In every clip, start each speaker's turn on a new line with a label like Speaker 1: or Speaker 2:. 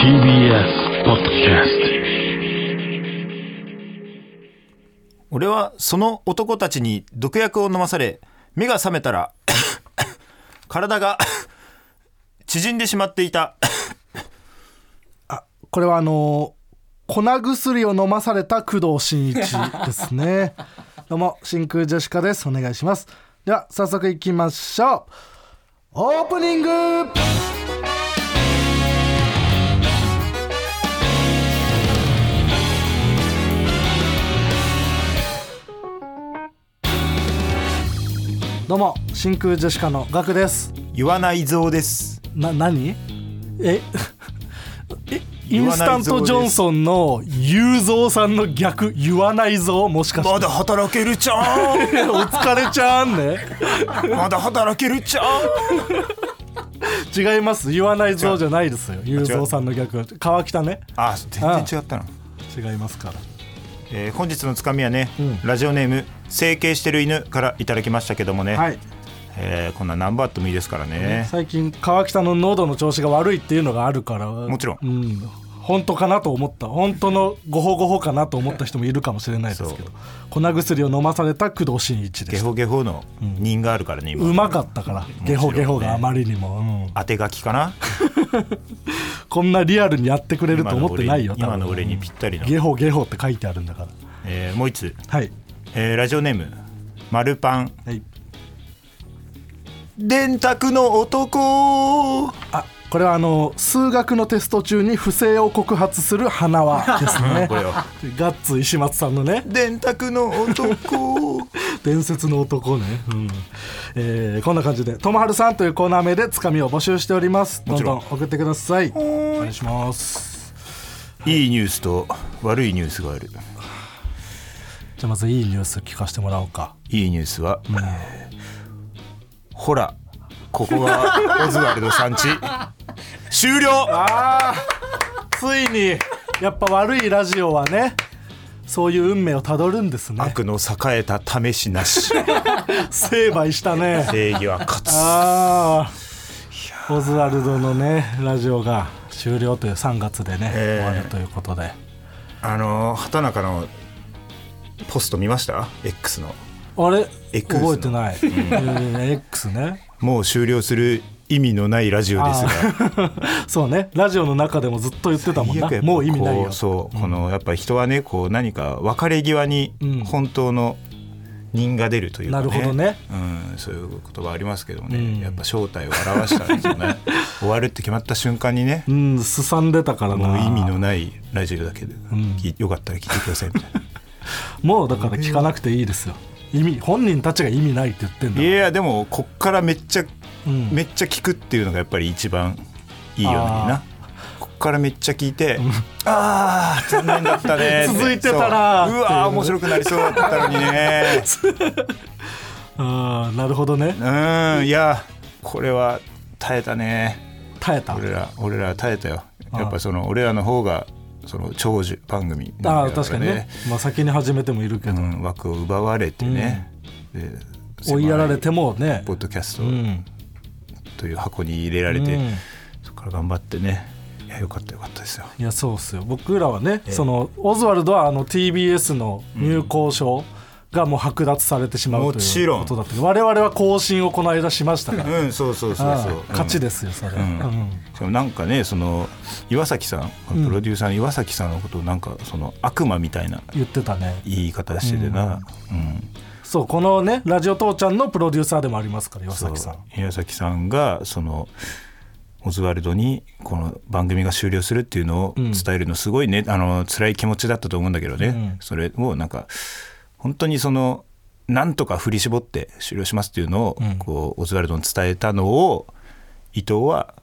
Speaker 1: TBS ポッドキャス
Speaker 2: 俺はその男たちに毒薬を飲まされ目が覚めたら 体が縮んでしまっていた
Speaker 3: これはあのー粉薬を飲まされた工藤新一ですねどうも真空ジェシカですお願いしますでは早速いきましょうオープニングどうも真空ジェシカのガクです
Speaker 2: 言わない像です
Speaker 3: な何え えイ
Speaker 2: 言
Speaker 3: ン
Speaker 2: わ
Speaker 3: ス
Speaker 2: ないぞ
Speaker 3: タントジョンソンの雄三さんの逆言わないぞもしかして
Speaker 2: まだ働けるじゃ ん
Speaker 3: お疲れちゃんね
Speaker 2: まだ働けるじゃん
Speaker 3: 違います言わないぞじゃないですよ雄三さんの逆は川北ね
Speaker 2: あ全然違ったな、
Speaker 3: 違いますから
Speaker 2: えー本日のつかみはね、ラジオネーム整形してる犬からいただきましたけどもね、
Speaker 3: はい、
Speaker 2: えーこんな何番あってもいいですからね
Speaker 3: 最近川北の喉の調子が悪いっていうのがあるからも
Speaker 2: ちろん
Speaker 3: うん、本当かなと思った本当のごほごほかなと思った人もいるかもしれないですけど粉薬を飲まされた工藤新一で
Speaker 2: ゲ
Speaker 3: した
Speaker 2: ホゲホの人があるからね今、
Speaker 3: うまかったからゲホゲホがあまりにも、うん
Speaker 2: 当て書きかな
Speaker 3: こんなリアルにやってくれると
Speaker 2: 今の
Speaker 3: 思って
Speaker 2: 俺
Speaker 3: ない
Speaker 2: に
Speaker 3: よ
Speaker 2: 今の
Speaker 3: 多分
Speaker 2: 俺にぴったりの、
Speaker 3: ゲホゲホって書いてあるんだから
Speaker 2: えーもう一つ、
Speaker 3: はい
Speaker 2: えーラジオネームマルパン
Speaker 3: はい
Speaker 2: 電卓の男
Speaker 3: あこれはあの数学のテスト中に不正を告発する花輪ですね
Speaker 2: これを
Speaker 3: ガッツ石松さんのね
Speaker 2: 電卓の 男
Speaker 3: 伝説の男ね、うんえーこんな感じで「ともはるさん」というコーナー名でつかみを募集しておりますど
Speaker 2: も
Speaker 3: ん
Speaker 2: ち
Speaker 3: ど
Speaker 2: ろ
Speaker 3: ん
Speaker 2: ん
Speaker 3: 送ってくださいお願いします
Speaker 2: いいニュースと悪いニュースがある
Speaker 3: じゃあまずいいニュース聞かせてもらおうか
Speaker 2: いいニュースは、ほらここ がオズワルドさんち終了
Speaker 3: ついにやっぱ悪いラジオはねそういう運命をたどるんですね
Speaker 2: 悪の栄えた試しな し
Speaker 3: 成敗したね
Speaker 2: 正義は勝つ
Speaker 3: ああオズワルドのねラジオが終了という3月でね、
Speaker 2: えー
Speaker 3: 終わるということで
Speaker 2: あのー畑中のポスト見ました X の
Speaker 3: あれ
Speaker 2: X の
Speaker 3: 覚えてない、えー X ね
Speaker 2: もう終了する意味のないラジオですが
Speaker 3: そうねラジオの中でもずっと言ってたもん
Speaker 2: 最
Speaker 3: な
Speaker 2: 悪やっぱ
Speaker 3: もう意味ない
Speaker 2: こ
Speaker 3: よ
Speaker 2: うそう、このやっぱ人はねこう何か別れ際に
Speaker 3: うん
Speaker 2: 本当の人が出るというか、ね
Speaker 3: なるほどね
Speaker 2: うん、そういう言葉ありますけどもね、
Speaker 3: うん
Speaker 2: やっぱ正体を表したんですよ ね終わるって決まった瞬間にね
Speaker 3: うんすさんでたからな
Speaker 2: もう意味のないラジオだけど、きよかったら聞いてくださいみたいな
Speaker 3: もうだから聞かなくていいですよ意味本人たちが意味ないって言ってんだ
Speaker 2: い
Speaker 3: から
Speaker 2: やでもこっからめっちゃ、
Speaker 3: うん
Speaker 2: めっちゃ聞くっていうのがやっぱり一番いいようにな
Speaker 3: あ
Speaker 2: こっからめっちゃ聞いて、ああ残念だった ねって
Speaker 3: 続いてたら
Speaker 2: そう
Speaker 3: っていう
Speaker 2: うわー面白くなりそうだったのに ね
Speaker 3: あーなるほどね
Speaker 2: うんいやこれは耐えたね
Speaker 3: 耐えた
Speaker 2: 俺ら俺ら耐えたよ
Speaker 3: あ
Speaker 2: やっぱその俺らの方がその長寿番組
Speaker 3: あ
Speaker 2: な
Speaker 3: あ
Speaker 2: んだ
Speaker 3: 確かにね、まあ、先に始めてもいるけ
Speaker 2: う
Speaker 3: ど、
Speaker 2: ん、枠を奪われてね、で
Speaker 3: 追いやられ
Speaker 2: 狭
Speaker 3: てもね
Speaker 2: いポッドキャスト
Speaker 3: うん
Speaker 2: という箱に入れられて、
Speaker 3: うん
Speaker 2: そこから頑張ってねいやよかったよかったですよ
Speaker 3: いやそうっすよ僕らはね、そのオズワルドはあの TBS の入校証がもう剥奪されてしまう、
Speaker 2: も
Speaker 3: と
Speaker 2: ち
Speaker 3: いう
Speaker 2: ろん
Speaker 3: ことだったけど我々は更新をこの間しましたから、
Speaker 2: うんそうそうそう
Speaker 3: あ
Speaker 2: そう、
Speaker 3: あ勝ち
Speaker 2: で
Speaker 3: ですよそれ、
Speaker 2: うん
Speaker 3: うん
Speaker 2: しかもなんかねその岩崎さんプロデューサーの岩崎さんのことをなんかその悪魔みたいな
Speaker 3: 言ってたね
Speaker 2: 言い方しててな、うん、
Speaker 3: そうこのねラジオ父ちゃんのプロデューサーでもありますから岩
Speaker 2: そう
Speaker 3: 崎さん
Speaker 2: 宮崎さんがそのオズワルドにこの番組が終了するっていうのを伝えるのすごいね、あの辛い気持ちだったと思うんだけどね、
Speaker 3: ん
Speaker 2: それをなんか本当にそのなんとか振り絞って終了しますっていうのを、こうオズワルドに伝えたのを伊藤は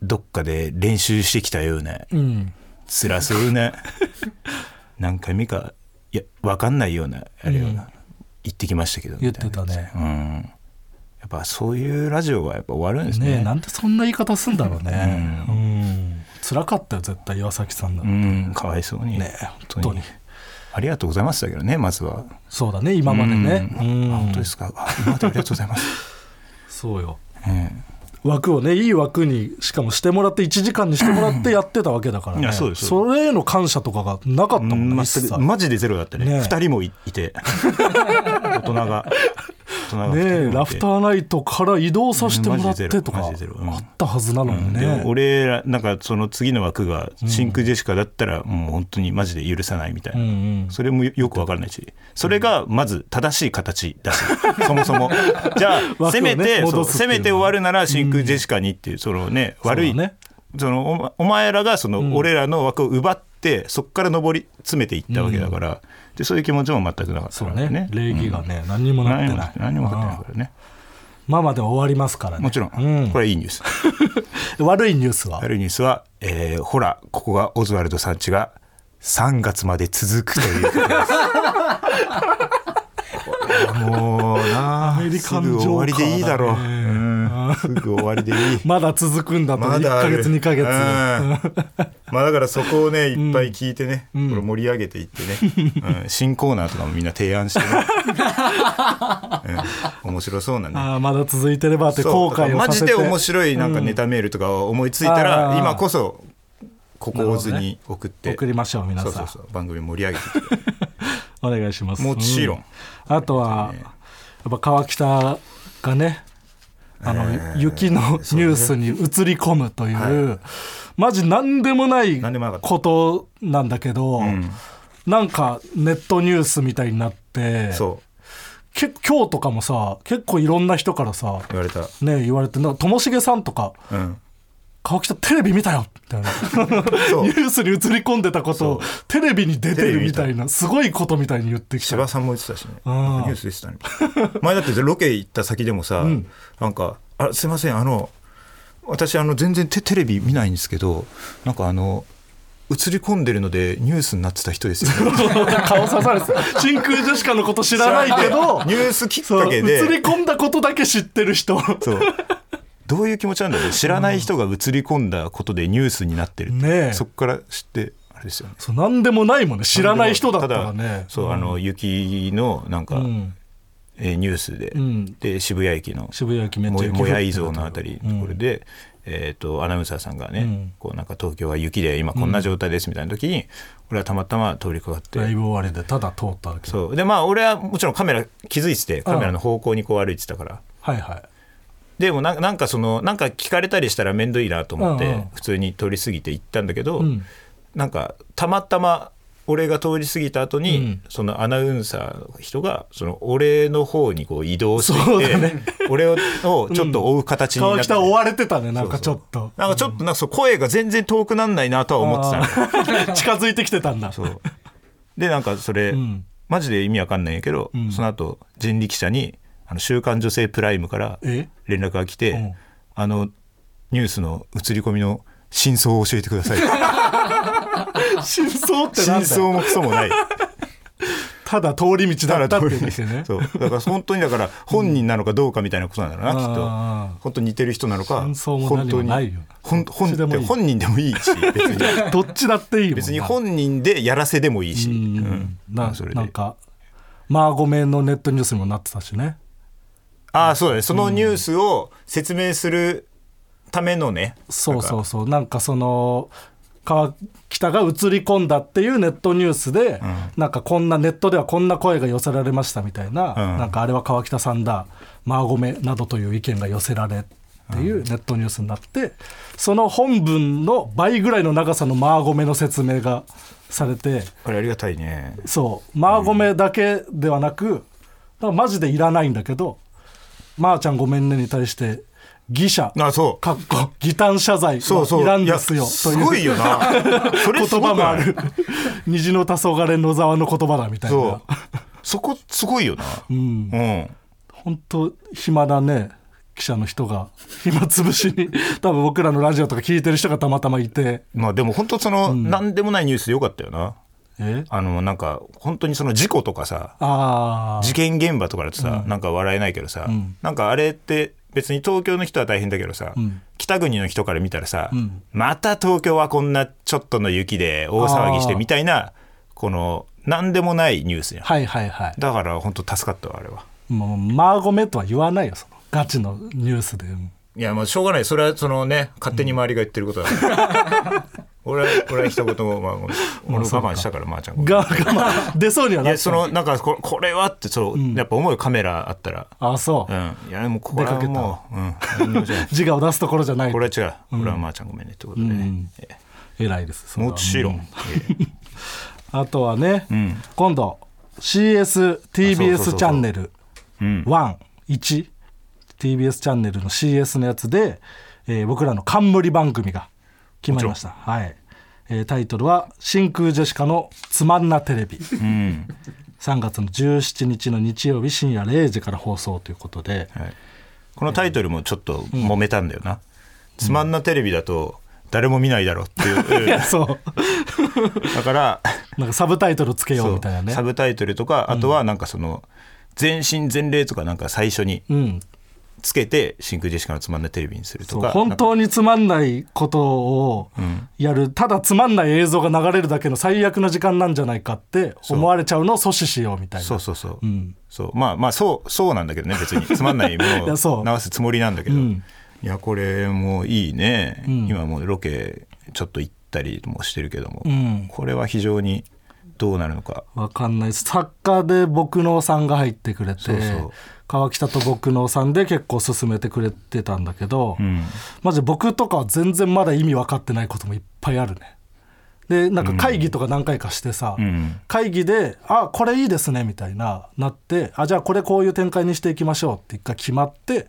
Speaker 2: どっかで練習してきたようね
Speaker 3: うん
Speaker 2: 辛そうね 何回目かいや分かんないようなあれような、言ってきましたけど
Speaker 3: 言っ
Speaker 2: みたい
Speaker 3: て
Speaker 2: な
Speaker 3: たね
Speaker 2: うん、やっぱそういうラジオはやっぱ終わるんです
Speaker 3: ね
Speaker 2: ね
Speaker 3: えなんでそんな言い方すんだろうねうん辛かったよ絶対岩崎さんだ、
Speaker 2: うんかわいそうに
Speaker 3: ねえ本当に
Speaker 2: ありがとうございましたけどねまずは
Speaker 3: そうだね今までね
Speaker 2: うんあ
Speaker 3: うん
Speaker 2: 本 当ですかあ今までありがとうございます、
Speaker 3: そうよ
Speaker 2: ええ
Speaker 3: 枠をねいい枠にしかもしてもらって1時間にしてもらってやってたわけだから、
Speaker 2: い
Speaker 3: ね、
Speaker 2: やそうです
Speaker 3: それへの感謝とかがなかったもんね、
Speaker 2: 全
Speaker 3: 一切
Speaker 2: くマジでゼロだったね
Speaker 3: ねえ
Speaker 2: 2人もいい て大人が大人が二人もいて
Speaker 3: ねえラフターナイトから移動させてもらってとか
Speaker 2: マ
Speaker 3: あ
Speaker 2: ジでゼロマジでゼロうん
Speaker 3: ったはずなのにね、
Speaker 2: で俺らなんかその次の枠が真空ジェシカだったらもう本当にマジで許さないみたいな、
Speaker 3: うんうん
Speaker 2: それもよくわからないしそれがまず正しい形 だし、そもそもじゃ
Speaker 3: をね
Speaker 2: あせめて,そう、
Speaker 3: 戻すってい
Speaker 2: せ
Speaker 3: うのは
Speaker 2: めて終わるなら真空ジェシカにっていうそのね悪い
Speaker 3: そうだね
Speaker 2: そのおまお前らがその俺らの枠を奪ってそこから上り詰めていったわけだから、でそういう気持ちも全くなかった
Speaker 3: そ
Speaker 2: か
Speaker 3: う
Speaker 2: ら
Speaker 3: ね礼儀がね、何にもな
Speaker 2: 何
Speaker 3: って
Speaker 2: にも
Speaker 3: ない
Speaker 2: 何にも分かってない
Speaker 3: うん
Speaker 2: からね
Speaker 3: まあまあでも終わりますからね
Speaker 2: もちろん、
Speaker 3: うん
Speaker 2: これはいいニュース
Speaker 3: 悪いニュースは
Speaker 2: 悪いニュースは、えーほらここがオズワルドさんちが3月まで続くということですこれはもうなあ
Speaker 3: アメリカンジョー
Speaker 2: すぐ終わり
Speaker 3: カーだね
Speaker 2: でいいだろう、うんすぐ終わりでいい
Speaker 3: まだ続くんだと1
Speaker 2: あ
Speaker 3: ヶ
Speaker 2: る
Speaker 3: 月2ヶ月、
Speaker 2: うんまあだからそこをねいっぱい聞いてね、
Speaker 3: ん
Speaker 2: これ盛り上げていってね、うん新コーナーとかもみんな提案して ね、うん面白そうなね
Speaker 3: ああまだ続いてればって
Speaker 2: そう
Speaker 3: 後悔を
Speaker 2: マ
Speaker 3: さ
Speaker 2: ジ
Speaker 3: せて
Speaker 2: で面白いなんかネタメールとか思いついた
Speaker 3: うんあ
Speaker 2: ら、
Speaker 3: ー
Speaker 2: 今こそここをずに送って、
Speaker 3: 送りましょう皆さ
Speaker 2: そ
Speaker 3: ん
Speaker 2: うそうそう番組盛り上げて
Speaker 3: お願いし ます
Speaker 2: もちろん
Speaker 3: うあとはやっぱ川北がねあの、雪のニ
Speaker 2: そうね
Speaker 3: ュースに映り込むというマジ何でもない
Speaker 2: 何でもなかった
Speaker 3: ことなんだけど、なんかネットニュースみたいになって
Speaker 2: そう
Speaker 3: 結構今日とかもさ結構いろんな人からさ
Speaker 2: 言われた、
Speaker 3: ね言われてなんかともしげさんとか
Speaker 2: うん、
Speaker 3: 「川北テレビ見たよ」みたいな
Speaker 2: そう
Speaker 3: ニ ュースに映り込んでたことをテレビに出て
Speaker 2: テレ
Speaker 3: る
Speaker 2: ビ
Speaker 3: み
Speaker 2: 見た
Speaker 3: たいなすごいことみたいに言ってき
Speaker 2: 千
Speaker 3: た
Speaker 2: 葉さんも言ってたしねニ
Speaker 3: ん
Speaker 2: ュースでしたね前だってロケ行った先でもさ、なんか「あすいませんあの私あの全然テテレビ見ないんですけどなんかあの映り込んでるのでニュースになってた人ですよ ね」
Speaker 3: 顔刺されてた真空ジェシカのこと知らないけど
Speaker 2: ニュースきっ
Speaker 3: そ
Speaker 2: か
Speaker 3: う
Speaker 2: け
Speaker 3: 映り
Speaker 2: で
Speaker 3: 込んだことだけ知ってる人
Speaker 2: そう。どういう気持ちなんだろう知らない人が映り込んだことでニュースになってるって、
Speaker 3: ねえ
Speaker 2: そこから知ってあれですよね
Speaker 3: そう何でもないもんね知らない人だったら
Speaker 2: た
Speaker 3: ね
Speaker 2: そうあの雪のなんか、
Speaker 3: うん
Speaker 2: えーニュースで,、
Speaker 3: ん
Speaker 2: で渋谷駅の
Speaker 3: 渋谷駅めっ
Speaker 2: も
Speaker 3: ちゃ
Speaker 2: や
Speaker 3: 雪
Speaker 2: もや
Speaker 3: 降って
Speaker 2: い
Speaker 3: たと
Speaker 2: 像のあたりのところで、えー、とアナウンサーさんがね、
Speaker 3: ん
Speaker 2: こうなんか東京は雪で今こんな状態ですみたいな時に、俺はたまたま通りかかって、
Speaker 3: ライブ終わりでただ通ったわけ
Speaker 2: そうでまあ俺はもちろんカメラ気づいててカメラの方向にこう歩いてたから。
Speaker 3: はいはい
Speaker 2: でもななんかそのなんか聞かれたりしたら面倒いなと思っ
Speaker 3: うんうん
Speaker 2: て普通に通り過ぎて行ったんだけど、
Speaker 3: ん
Speaker 2: なんかたまたま俺が通り過ぎた後に、
Speaker 3: うん
Speaker 2: そのアナウンサーの人がその俺の方にこう移動して
Speaker 3: そう
Speaker 2: いっ
Speaker 3: だ
Speaker 2: て、
Speaker 3: ね
Speaker 2: 俺ををちょっと追う形になっ
Speaker 3: 川
Speaker 2: てて、
Speaker 3: 北追われてたねなんかちょっと
Speaker 2: なんかちょっとなんかそう声が全然遠くなんないなとは思ってたの
Speaker 3: た近づいてきてたんだ
Speaker 2: そうでなんかそれ、
Speaker 3: ん
Speaker 2: マジで意味わかんないんやけど、
Speaker 3: ん
Speaker 2: その後人力車に「あの週刊女性プライム」から
Speaker 3: え
Speaker 2: 連絡が来て、
Speaker 3: うん
Speaker 2: あのニュースの映り込みの真相を教えてく ださい
Speaker 3: 真相ってな
Speaker 2: 真
Speaker 3: んだよ
Speaker 2: 相もクソもない
Speaker 3: ただ通り道だったっていうだけね
Speaker 2: そうだから本当にだから本人なのかどうかみたいなことなんだろうな、きっ
Speaker 3: あ
Speaker 2: と本当に似てる人なのか
Speaker 3: 真相も
Speaker 2: 本当
Speaker 3: 何も
Speaker 2: に
Speaker 3: ないよ
Speaker 2: ほんほん
Speaker 3: どっちでもいい
Speaker 2: 本人でもいいし別 に
Speaker 3: どっちだっていいもんな
Speaker 2: 別に本人でやらせでもいいし、
Speaker 3: うん
Speaker 2: ま
Speaker 3: な
Speaker 2: あそれで
Speaker 3: なんかマーゴメのネットニュースにもなってたしね
Speaker 2: ああそうだねそのニュースを説明するためのね、
Speaker 3: そうそうそうなんかその川北が映り込んだっていうネットニュースで、なんかこんなネットではこんな声が寄せられましたみたいな、
Speaker 2: うん
Speaker 3: なんかあれは川北さんだマーゴメなどという意見が寄せられっていうネットニュースになって、その本文の倍ぐらいの長さのマーゴメの説明がされて
Speaker 2: これありがたいね
Speaker 3: そうマーゴメだけではなく、だからマジでいらないんだけど「まー、ちゃんごめんね」に対して「偽者」
Speaker 2: あそう
Speaker 3: かっこ擬態謝罪
Speaker 2: そうそう
Speaker 3: いらんですよ
Speaker 2: いや
Speaker 3: と
Speaker 2: す
Speaker 3: いう
Speaker 2: ごいよなそれ
Speaker 3: 言
Speaker 2: すご
Speaker 3: 葉
Speaker 2: く
Speaker 3: もあ
Speaker 2: ない
Speaker 3: る虹の黄昏野沢の言葉だみたい
Speaker 2: そ
Speaker 3: な
Speaker 2: うそこすごいよなうん、
Speaker 3: 本当暇だね記者の人が暇つぶしに多分僕らのラジオとか聞いてる人がたまたまいて
Speaker 2: まあでも本当その、何でもないニュースでよかったよな
Speaker 3: え
Speaker 2: あのなんか本当にその事故とかさ
Speaker 3: ああ
Speaker 2: 事件現場とかだとさ、なんか笑えないけどさ、なんかあれって別に東京の人は大変だけどさ、北国の人から見たらさ、また東京はこんなちょっとの雪で大騒ぎして
Speaker 3: あー
Speaker 2: みたいなこの何でもないニュースやん
Speaker 3: はいはいはい
Speaker 2: だから本当助かったわあれは
Speaker 3: もうマーゴメとは言わないよそのガチのニュースで
Speaker 2: いやまあしょうがないそれはそのね勝手に周りが言ってることだから、 俺は俺は一言も、まあ、俺も我慢したからまー、ちゃんごめん
Speaker 3: がが出そうにはいなっ
Speaker 2: や
Speaker 3: た
Speaker 2: そのなんかここれはってそう、やっぱ思うカメラあったら
Speaker 3: あそうう、
Speaker 2: んいやでもこれは
Speaker 3: 出かけた
Speaker 2: もう、うん何にもじゃない、
Speaker 3: 自我を出すところじゃない
Speaker 2: これは違うこれはまーちゃんごめんねってことで、
Speaker 3: ん
Speaker 2: ええ
Speaker 3: 偉いですそれは
Speaker 2: もちろん、ええ
Speaker 3: あとはね、
Speaker 2: ん
Speaker 3: 今度 CSTBS チャンネル
Speaker 2: うん
Speaker 3: 11 TBS チャンネルの CS のやつで、えー僕らの冠番組が決まりました、はいえータイトルは「真空ジェシカのつまんなテレビ」
Speaker 2: うん
Speaker 3: 3月の17日の日曜日深夜0時から放送ということで、
Speaker 2: はい、このタイトルもちょっと揉めたんだよな、つまんなテレビだと誰も見ないだろうっていう、
Speaker 3: そう
Speaker 2: だから
Speaker 3: なんかサブタイトルつけようみたいな
Speaker 2: サ
Speaker 3: ね
Speaker 2: ブタイトルとかあとはなんかその全身全霊とかなんか最初に
Speaker 3: うん、
Speaker 2: つけて真空ジェシカのつまんなテレビにすると
Speaker 3: そう
Speaker 2: か
Speaker 3: 本当につまんないことをやる、ただつまんない映像が流れるだけの最悪の時間なんじゃないかって思われちゃうのを阻止しようみたいな
Speaker 2: そうそうそう、
Speaker 3: ん
Speaker 2: そうまあまあそうそうなんだけどね別につまんないも
Speaker 3: いや
Speaker 2: の
Speaker 3: そ
Speaker 2: を
Speaker 3: う
Speaker 2: 流すつもりなんだけど、
Speaker 3: うん
Speaker 2: いやこれもういいね、
Speaker 3: ん
Speaker 2: 今もうロケちょっと行ったりもしてるけども、
Speaker 3: うん
Speaker 2: これは非常にどうなるのか
Speaker 3: わかんないです作家で僕のさんが入ってくれて
Speaker 2: そうそう
Speaker 3: 川北と僕のさんで結構進めてくれてたんだけど、
Speaker 2: うん
Speaker 3: マジ僕とかは全然まだ意味分かってないこともいっぱいあるねでなんか会議とか何回かしてさ、
Speaker 2: うん
Speaker 3: 会議で「あこれいいですね」みたいななって「あじゃあこれこういう展開にしていきましょう」って一回決まって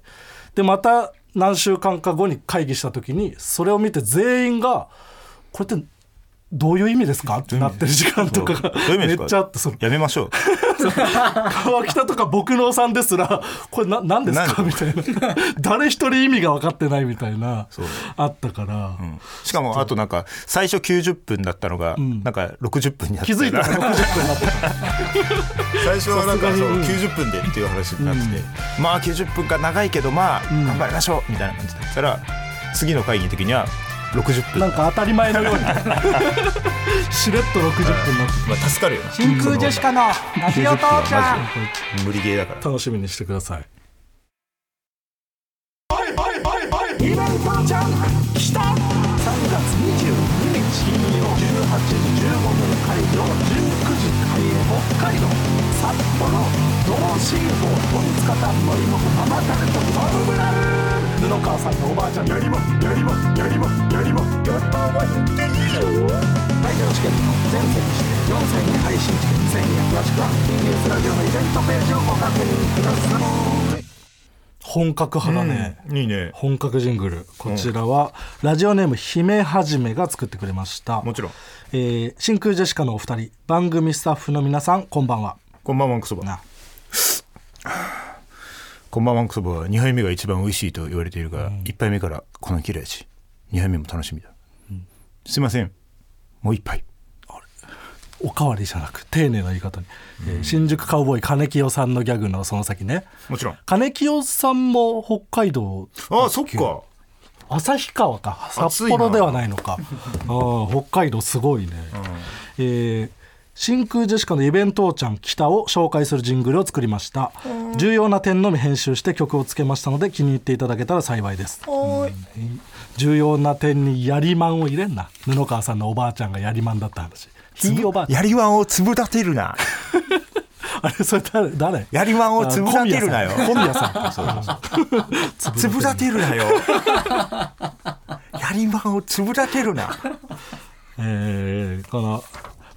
Speaker 3: でまた何週間か後に会議した時にそれを見て全員が「これってどういう意味ですか?」ってなってる時間とかが
Speaker 2: どういう意味
Speaker 3: め
Speaker 2: です
Speaker 3: っ
Speaker 2: か
Speaker 3: ちゃあってその
Speaker 2: やめまし ょう
Speaker 3: 川北とか僕のおさんですら「これな何ですか?」
Speaker 2: 何
Speaker 3: みたいな 誰一人意味が分かってないみたいな
Speaker 2: そう
Speaker 3: あったから。
Speaker 2: うんしかもあとなんか最初90分だったのがなんか60分になって
Speaker 3: 気づいたら
Speaker 2: な
Speaker 3: 60分になってた
Speaker 2: 最初はなんか
Speaker 3: さす
Speaker 2: そ
Speaker 3: が
Speaker 2: う
Speaker 3: にうん
Speaker 2: 90分でっていう話になってて、まあ90分か長いけどまあ頑張りましょうみたいな感じでそしたら次の会議の時には60分
Speaker 3: なんか当たり前 のようにしれっと60分になって
Speaker 2: まあ助かるよな
Speaker 1: 真空ジェシカのラジオ父ちゃん
Speaker 2: 無理ゲーだから
Speaker 3: 楽しみにしてください
Speaker 1: イベントちゃん来た3月22日金曜18時15分会場19時開演北海道札幌同心坊トンツカタンのりもママタルトトムブラウン布川さんのおばあちゃんやりもやりもやりもやりもやりもやりも会場チケット全席指定4000円配信チケット1000円詳しくは TBS ラジオのイベントページをご確認ください
Speaker 3: 本格派だね、
Speaker 2: いいね
Speaker 3: 本格ジングルこちらは、ラジオネーム姫はじめが作ってくれました
Speaker 2: もちろん
Speaker 3: えー真空ジェシカのお二人番組スタッフの皆さんこんばんは
Speaker 2: こんばんはクソバ
Speaker 3: な
Speaker 2: こんばんはクソバは2杯目が一番美味しいと言われているが、一1杯目からこの切れ味2杯目も楽しみだ、すいませんもう1杯
Speaker 3: おかわりじゃなく丁寧な言い方に、えー新宿カウボーイ金清さんのギャグのその先ね
Speaker 2: もちろん
Speaker 3: 金清さんも北海道
Speaker 2: ああそっか
Speaker 3: 旭川か
Speaker 2: 暑い
Speaker 3: 札
Speaker 2: な
Speaker 3: 幌ではないの かああ北海道すごいね、えー真空ジェシカのイベントーちゃん北を紹介するジングルを作りました重要な点のみ編集して曲をつけましたので気に入っていただけたら幸いですうん重要な点にやりまんを入れんな布川さんのおばあちゃんがやりまんだった話ひいおばあちゃん
Speaker 2: やりわんをつぶ立て るな
Speaker 3: あれそれ誰誰
Speaker 2: やりわんをつぶ立てるなよ
Speaker 3: あ小宮さん 小宮さん
Speaker 2: つぶ立て るなよやりまんをつぶ立 てるな
Speaker 3: えーこの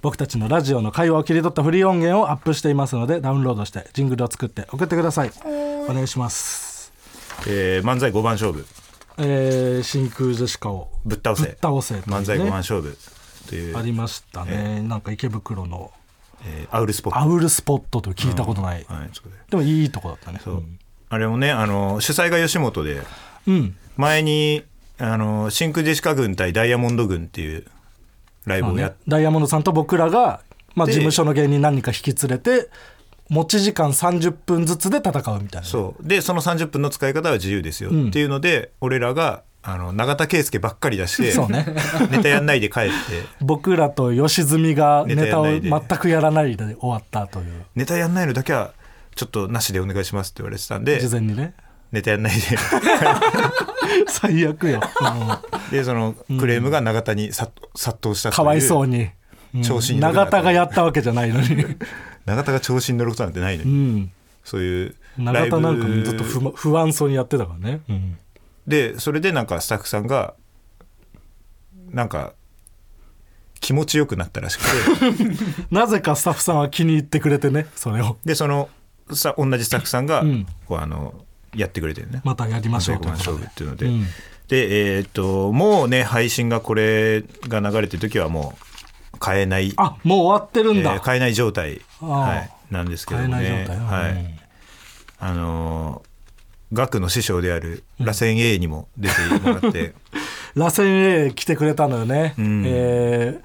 Speaker 3: 僕たちのラジオの会話を切り取ったフリー音源をアップしていますのでダウンロードしてジングルを作って送ってくださいお願いします、
Speaker 2: えー漫才五番勝負
Speaker 3: えー真空ジェシカを
Speaker 2: ぶっ倒せ
Speaker 3: ぶっ倒せというね
Speaker 2: 漫才五番勝負という
Speaker 3: ありましたね、なんか池袋の
Speaker 2: えーアウルスポット
Speaker 3: アウルスポットと聞いたことない、
Speaker 2: はいそこで
Speaker 3: でもいいとこだったね
Speaker 2: そうあれもねあの主催が吉本で
Speaker 3: うん
Speaker 2: 前にあの真空ジェシカ軍対ダイヤモンド軍っていうライブをやっ
Speaker 3: ダイヤモンドさんと僕らが、まあ、
Speaker 2: で
Speaker 3: 事務所の芸人何人か引き連れて持ち時間30分ずつで戦うみたいな
Speaker 2: そうでその30分の使い方は自由ですよ、
Speaker 3: ん
Speaker 2: っていうので俺らがあの永田圭介ばっかり出して
Speaker 3: そうね
Speaker 2: ネタやんないで帰って
Speaker 3: 僕らと吉住がネタを
Speaker 2: ネタやん
Speaker 3: 全
Speaker 2: ないで
Speaker 3: くやらないで終わったという
Speaker 2: ネタやんないのだけはちょっとなしでお願いしますって言われてたんで
Speaker 3: 事前にね
Speaker 2: ネタやんないで
Speaker 3: 最悪よ、うん
Speaker 2: でそのクレームが永田に殺殺到したという
Speaker 3: かわいそうに、うん
Speaker 2: 調子に乗るな
Speaker 3: 永田がやったわけじゃないのに、
Speaker 2: 永田が調子に乗ることなんてないの
Speaker 3: う
Speaker 2: に、
Speaker 3: ん、
Speaker 2: そういうラ
Speaker 3: 永
Speaker 2: イ
Speaker 3: 田
Speaker 2: ブ
Speaker 3: なんかもずっと不ま不安そうにやってたからね、うん
Speaker 2: でそれでなんかスタッフさんがなんか気持ちよくなったらしく て
Speaker 3: なぜかスタッフさんは気に入ってくれてねそれを
Speaker 2: でそのさ同じスタッフさんが、
Speaker 3: うん
Speaker 2: こうあのやってくれてるね
Speaker 3: またやりましょう
Speaker 2: 最後
Speaker 3: と
Speaker 2: の勝負っていうので、
Speaker 3: うん
Speaker 2: でえーっともうね配信がこれが流れてる時はもう買えない、
Speaker 3: あもう終わってる
Speaker 2: え
Speaker 3: んだ、
Speaker 2: ー買えない状態、
Speaker 3: あー
Speaker 2: はい、なんですけど
Speaker 3: 買え
Speaker 2: も
Speaker 3: ない
Speaker 2: ね
Speaker 3: 状態
Speaker 2: はいあのー岳の師匠である螺旋 A にも出てもら って、
Speaker 3: 螺旋 A 来てくれたのよね、
Speaker 2: ん
Speaker 3: え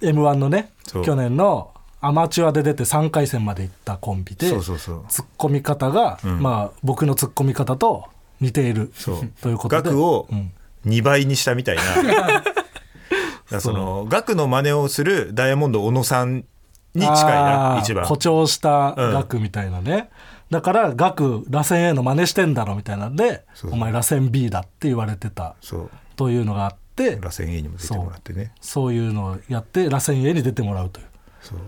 Speaker 3: ー、m 1のね
Speaker 2: そう
Speaker 3: 去年のアマチュアで出て3回戦まで行ったコンビで
Speaker 2: そうそうそう
Speaker 3: ツッコミ方が、まあ、僕のツッコミ方と似ている
Speaker 2: そう
Speaker 3: ということで
Speaker 2: 額を
Speaker 3: うん
Speaker 2: 2倍にしたみ たいなだからその額の真似をするダイヤモンド小野さんに近い
Speaker 3: あ
Speaker 2: な
Speaker 3: ー
Speaker 2: 一番
Speaker 3: 誇張した額みたいなね、だから額螺旋 A の真似してんだろみたいなんで
Speaker 2: そう
Speaker 3: お前螺旋 B だって言われてた
Speaker 2: そう
Speaker 3: というのがあって
Speaker 2: 螺旋 A にも出てもらってね
Speaker 3: そういうのをやって螺旋 A に出てもら うという
Speaker 2: そう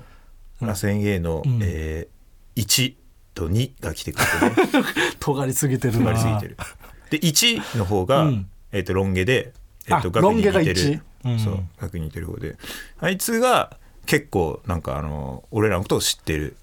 Speaker 2: 螺旋 A の、えー1と2が来てくれ てね
Speaker 3: 尖りすぎてる
Speaker 2: 埋
Speaker 3: な
Speaker 2: まりすぎてるで1の方が、
Speaker 3: うん
Speaker 2: えー、とロン毛で、えー、と
Speaker 3: あ
Speaker 2: 額に似
Speaker 3: ロン
Speaker 2: て
Speaker 3: 毛が
Speaker 2: る
Speaker 3: 一、うん
Speaker 2: そう額に似てる方であいつが結構なんかあの俺らのことを知ってる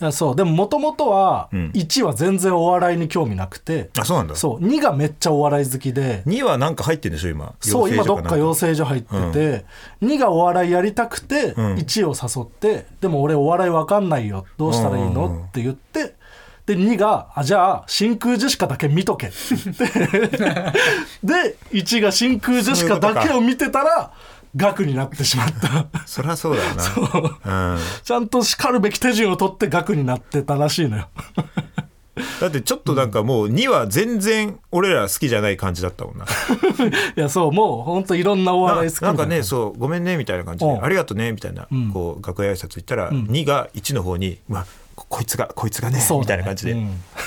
Speaker 3: いやそうでももともとは
Speaker 2: うん
Speaker 3: 1は全然お笑いに興味なくて、
Speaker 2: あそうなんだ
Speaker 3: そう2がめっちゃお笑い好きで
Speaker 2: 2はなんか入ってるんでしょ今
Speaker 3: そう
Speaker 2: 養成所
Speaker 3: 今ど
Speaker 2: な
Speaker 3: っ
Speaker 2: ん
Speaker 3: か養成所入ってて、2がお笑いやりたくて、
Speaker 2: ん
Speaker 3: 1を誘ってでも俺お笑いわかんないよどうしたらいいの、
Speaker 2: うんうんうん
Speaker 3: って言ってで2があじゃあ真空ジェシカだけ見とけって 言ってで1が真空ジェシカだけを見てたら額になってしま った。
Speaker 2: そりゃそうだよなうん、
Speaker 3: ちゃんと叱るべき手順を取って額になってたらしいのよ。
Speaker 2: だってちょっとなんかもう2は全然俺ら好きじゃない感じだったもんな
Speaker 3: いやそうもうほんといろんなお
Speaker 2: な
Speaker 3: 笑い好きみた
Speaker 2: ないん
Speaker 3: な
Speaker 2: かねそうごめんねみたいな感じ
Speaker 3: う
Speaker 2: で
Speaker 3: ん
Speaker 2: ありがとうねみたいな、こう楽屋挨拶行ったら、2が1の方に、まあ、ここいつがこいつがね
Speaker 3: そう
Speaker 2: みたい
Speaker 3: だね
Speaker 2: な感じで、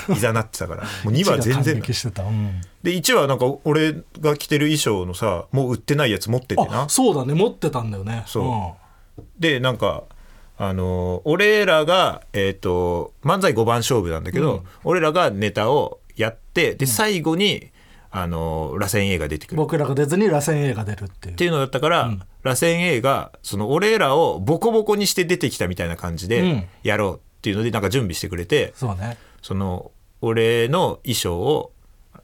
Speaker 3: う
Speaker 2: いざなってたからもう2は全
Speaker 3: 一が感
Speaker 2: 然
Speaker 3: 激してた、うん
Speaker 2: で1はなんか俺が着てる衣装のさもう売ってないやつ持っててな
Speaker 3: あそうだね持ってたんだよね
Speaker 2: そうでなんかあのー俺らが、えー、と漫才5番勝負なんだけど、俺らがネタをやってで最後に、あのー螺旋 A が出てく
Speaker 3: ん、
Speaker 2: るっ
Speaker 3: 僕らが出ずに螺旋 A が出るっていう
Speaker 2: ていうのだったから、螺旋 A がその俺らをボコボコにして出てきたみたいな感じ
Speaker 3: う
Speaker 2: で
Speaker 3: ん
Speaker 2: やろうっていうのでなんか準備してくれて
Speaker 3: そうね
Speaker 2: その俺の衣装を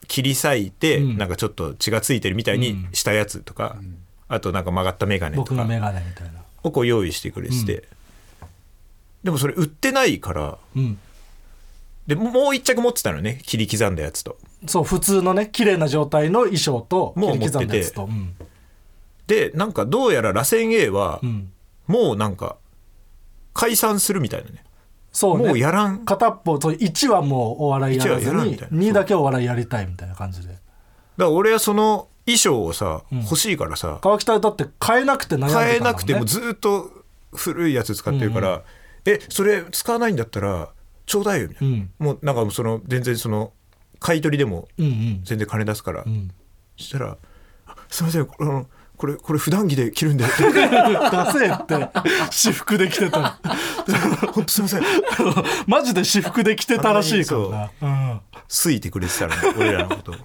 Speaker 2: 切り裂いて、
Speaker 3: うん
Speaker 2: なんかちょっと血がついてるみたいにしたやつとか、あとなんか曲がった眼鏡とか
Speaker 3: 僕の眼鏡みたいな
Speaker 2: をこう用意してくれてて、でもそれ売ってないから
Speaker 3: うん
Speaker 2: でもう一着持ってたのね切り刻んだやつと
Speaker 3: そう普通のね綺麗な状態の衣装と
Speaker 2: もう
Speaker 3: 切り刻んだやつと
Speaker 2: でなんかどうやら螺旋 A は
Speaker 3: うんうん
Speaker 2: もうなんか解散するみたいなね
Speaker 3: そうね
Speaker 2: もうやらん
Speaker 3: 片っぽそう1はもうお笑いやらず
Speaker 2: 一はやらんみ
Speaker 3: に
Speaker 2: たいな
Speaker 3: 2だけお笑いやりたいみたいな感じで
Speaker 2: だから俺はその衣装をさ欲しいからさ、
Speaker 3: 川北だって買えなくて悩んでたんだもんね
Speaker 2: 買えなくてもずっと古いやつ使ってるから、えそれ使わないんだったらちょうだいよみたいな、
Speaker 3: うん
Speaker 2: もうなんかその全然その買い取りでも
Speaker 3: うんうん
Speaker 2: 全然金出すから、
Speaker 3: ん
Speaker 2: そしたらあ「すいませんこれあのこれこれ普段着で着るんで」 って
Speaker 3: ダセえって私服で着てた
Speaker 2: 本当すいません
Speaker 3: マジで私服で着てたらしいからな
Speaker 2: 好いてくれてたらね俺らのことを